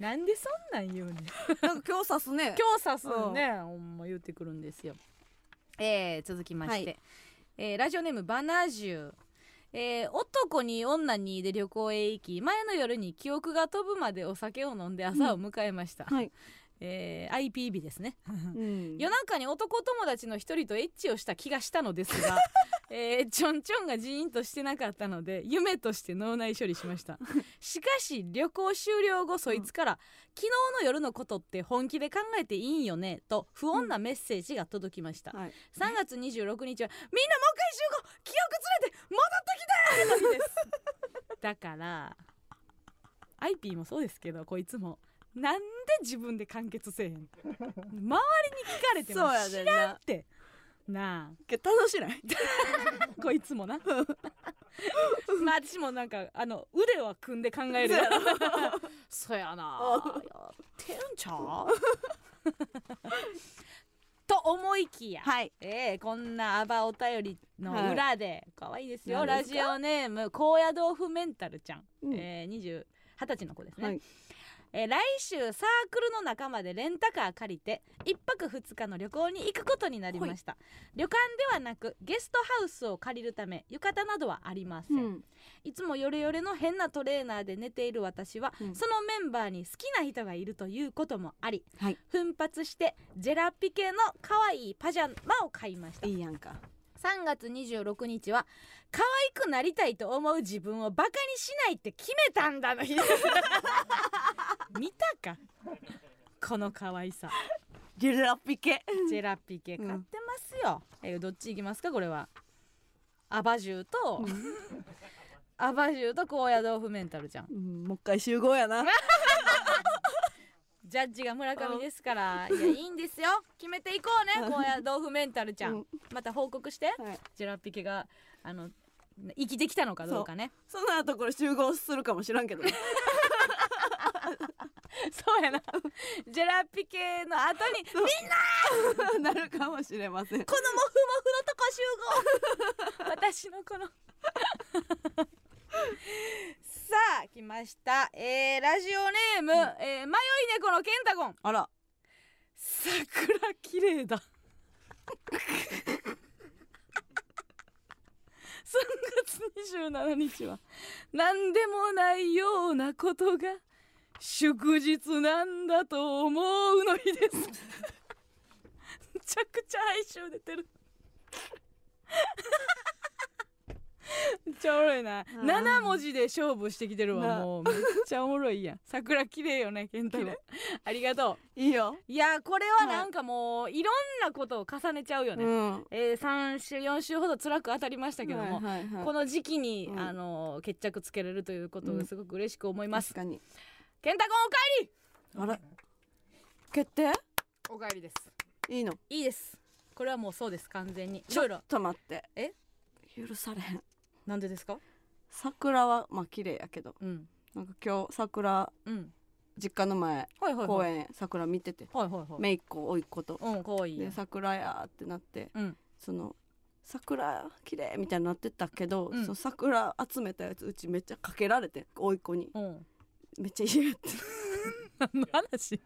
なんでそんなん言うねんなんか今日刺すね今日刺すんね、ほんま言ってくるんですよえー、続きまして、はいえーラジオネームバナジュえー男に女にで旅行へ行き前の夜に記憶が飛ぶまでお酒を飲んで朝を迎えました、うんはいえー IPB ですねうん夜中に男友達の一人とエッチをした気がしたのです が、えーちょんちょんがジーンとしてなかったので夢として脳内処理しま したしかし旅行終了後そいつから「昨日の夜のことって本気で考えていいんよね」と不穏なメッセージが届きました、はい3月26日は「みんなもう一回集合記憶連れて戻ってきて!」の日ですだからアイピーもそうですけどこいつもなんで自分で完結せえへん周りに聞かれてもそうや知でらんなってなけ楽しないあこいつ もなまあ私もなんかあの腕は組んで考えるそやなやってるんちゃう と思いきや、 はいええこんなアバお便りの裏で、可愛いですよ何ラですかジオネーム高野豆腐メンタルちゃん、うんええ二十二十歳の子ですね、はいえー来週サークルの仲間でレンタカー借りて1泊2日の旅行に行くことになりました旅館ではなくゲストハウスを借りるため浴衣などはありません、うんいつもヨレヨレの変なトレーナーで寝ている私は、うんそのメンバーに好きな人がいるということもあり、はい奮発してジェラピケの可愛いパジャマを買いましたいいやんか3月26日は可愛くなりたいと思う自分をバカにしないって決めたんだ の日です見たかこの可愛さジェラピケジェラピケ買ってますよ、えーどっち行きますかこれはアバジューと、アバジューと高野豆腐メンタルちゃんうんもう一回集合やなジャッジが村上ですからいやいいんですよ決めていこうね高野豆腐メンタルちゃん、うんまた報告してはいジェラピケがあの生きてきたのかどうかねその後これ集合するかもしらんけ どね そうやな。ジェラピケの後に、みんなこのモなるかもしれませんフモ フのとこ集合私のこの。さあ、来ました。えー、ラジオネーム、えー迷い猫のケンタゴン。あら桜綺麗だ。3月27日は何でもないようなことが祝日なんだと思うの日です。めちゃくちゃ哀愁出てる。めっちゃおもろいなー7文字で勝負してきてるわなもうめっちゃおもろいやん桜綺麗よね健太郎ありがとういいよいやこれはなんかもう、い、ろんなことを重ねちゃうよね、んえー、3週4週ほど辛く当たりましたけども、はいはいはいこの時期に、うんあの決着つけれるということうをんすごく嬉しく思います、確かに健太君おかえりあら決定おかえりですいいのいいですこれはもうそうです完全にいちょろっいろと待ってえ許されへんなんでですか桜はまあ綺麗やけどうんなんか今日桜うん実家の前はいはい公はい園桜見ててはいはいはい姪っ子甥っ子とうん可愛いで桜やーってなってうんその桜綺麗みたいになってたけど、うんその桜集めたやつうちめっちゃかけられて甥っ子にうんめっちゃ嫌やって 何の話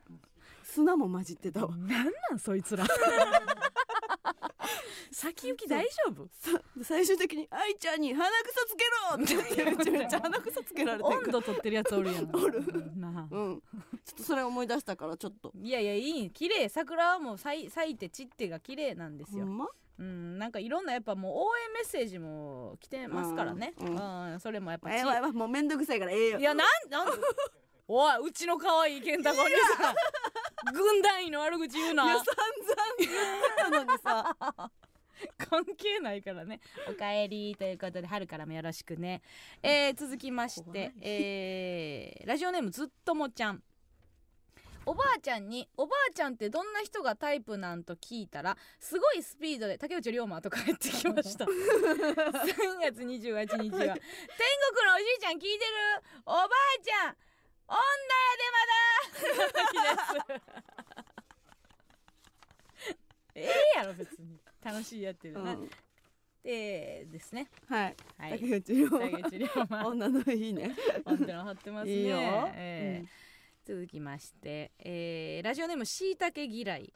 砂も混じってたわなんなんそいつら 先行き大丈夫さ最終的に「愛ちゃんに鼻くそつけろ!」って 言ってめちゃめちゃ鼻くそつけられてん温から度取ってるや つおるやんおるなあうんちょっとそれ思い出したからちょっといやいやいい綺麗桜はもう咲い咲いて散ってが綺麗なんですほよ、んまうんなんかいろんなやっぱもう応援メッセージも来てますからねううんん、それもやっぱええわええわもうめんどくさいからええよいやなん なんおいうちの可愛い健太君にさ軍団員の悪口言ういやな散々言ってたのにさ 関係ないからねおかえりということで春からもよろしくね、えー続きまし怖いて、えーラジオネームずっともちゃんおばあちゃんに「おばあちゃんってどんな人がタイプなん?」と聞いたらすごいスピードで竹内涼真と帰ってきました 3月28日は「天国のおじいちゃん聞いてるおばあちゃん女やでまだ! 」 ええやろ別に楽しいやってるうな、んでですねはいは竹い内涼大真口龍 馬女のいいねアンテナ張ってますねいいよえー続きまして、えーラジオネームしいたけ嫌い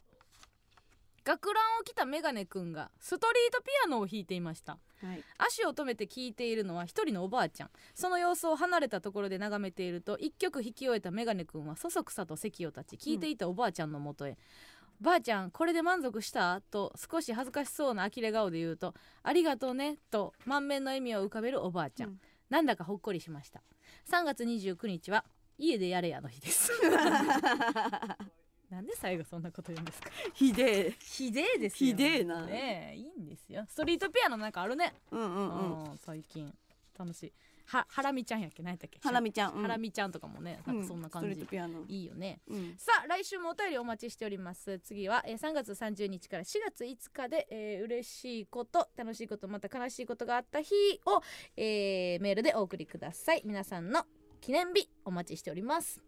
学ランを着たメガネくんがストリートピアノを弾いていましたはい足を止めて聴いているのは一人のおばあちゃんその様子を離れたところで眺めていると一曲弾き終えたメガネくんはそそくさと席を立ち聴いていたおばあちゃんのもとへ、ばあちゃんこれで満足したと少し恥ずかしそうな呆れ顔で言うと「ありがとうね」と満面の笑みを浮かべるおばあちゃうん、んなんだかほっこりしました3月29日は「家でやれや」の日です なんで最後そんなこと言うんですかひでえひでえですよひでえなねえいいんですよストリートピアノなんかあるねうんうんうんうん最近楽しいはハラミちゃんやっけ何やったっけハラミちゃん、うんハラミちゃんとかもねなんかそんな感うんストリじートピアノ、いいよねうん、さあ来週もお便りお待ちしております次は、えー3月30日から4月5日で、えー嬉しいこと楽しいことまた悲しいことがあった日を、えーメールでお送りください皆さんの記念日お待ちしております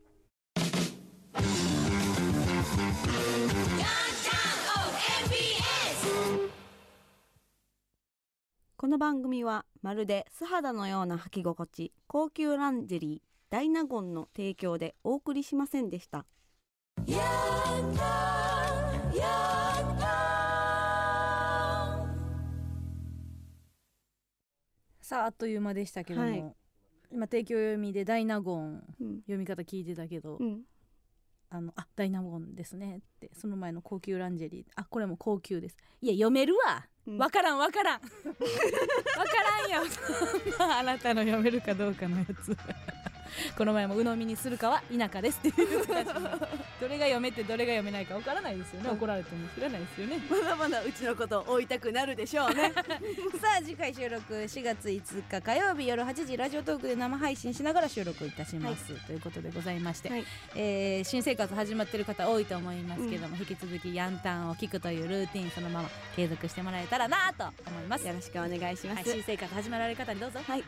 この番組はまるで素肌のような履き心地高級ランジェリーダイナゴンの提供でお送りしませんでしたさああっという間でしたけども、はい今提供読みでダイナゴンうん、読み方聞いてたけど、うん、あのあダイナゴンですねってその前の高級ランジェリーあこれも高級ですいや読めるわうんわからんわからん わからんよそんなあなたの読めるかどうかのやつこの前も鵜呑みにするかは田舎ですっていう人たちにどれが読めてどれが読めないかわからないですよね怒られても知らないですよねまだまだうちのことを追いたくなるでしょうね さあ次回収録4月5日火曜日夜8時ラジオトークで生配信しながら収録いたします、ということでございまして、はいえー新生活始まってる方多いと思いますけども、引き続きヤンタンを聞くというルーティンそのまま継続してもらえたらなと思います、よろしくお願いしまはいす新生活始められる方にどうぞはい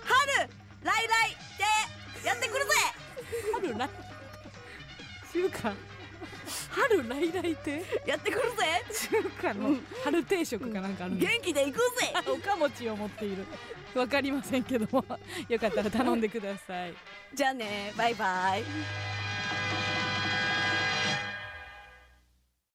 春来来で やってくるぜ春 来週間春来来亭やってくるぜ中華の春定食かなんかあるんで元気で行くぜおかもちを持っているわかりませんけどもよかったら頼んでくださいじゃあねバイバイ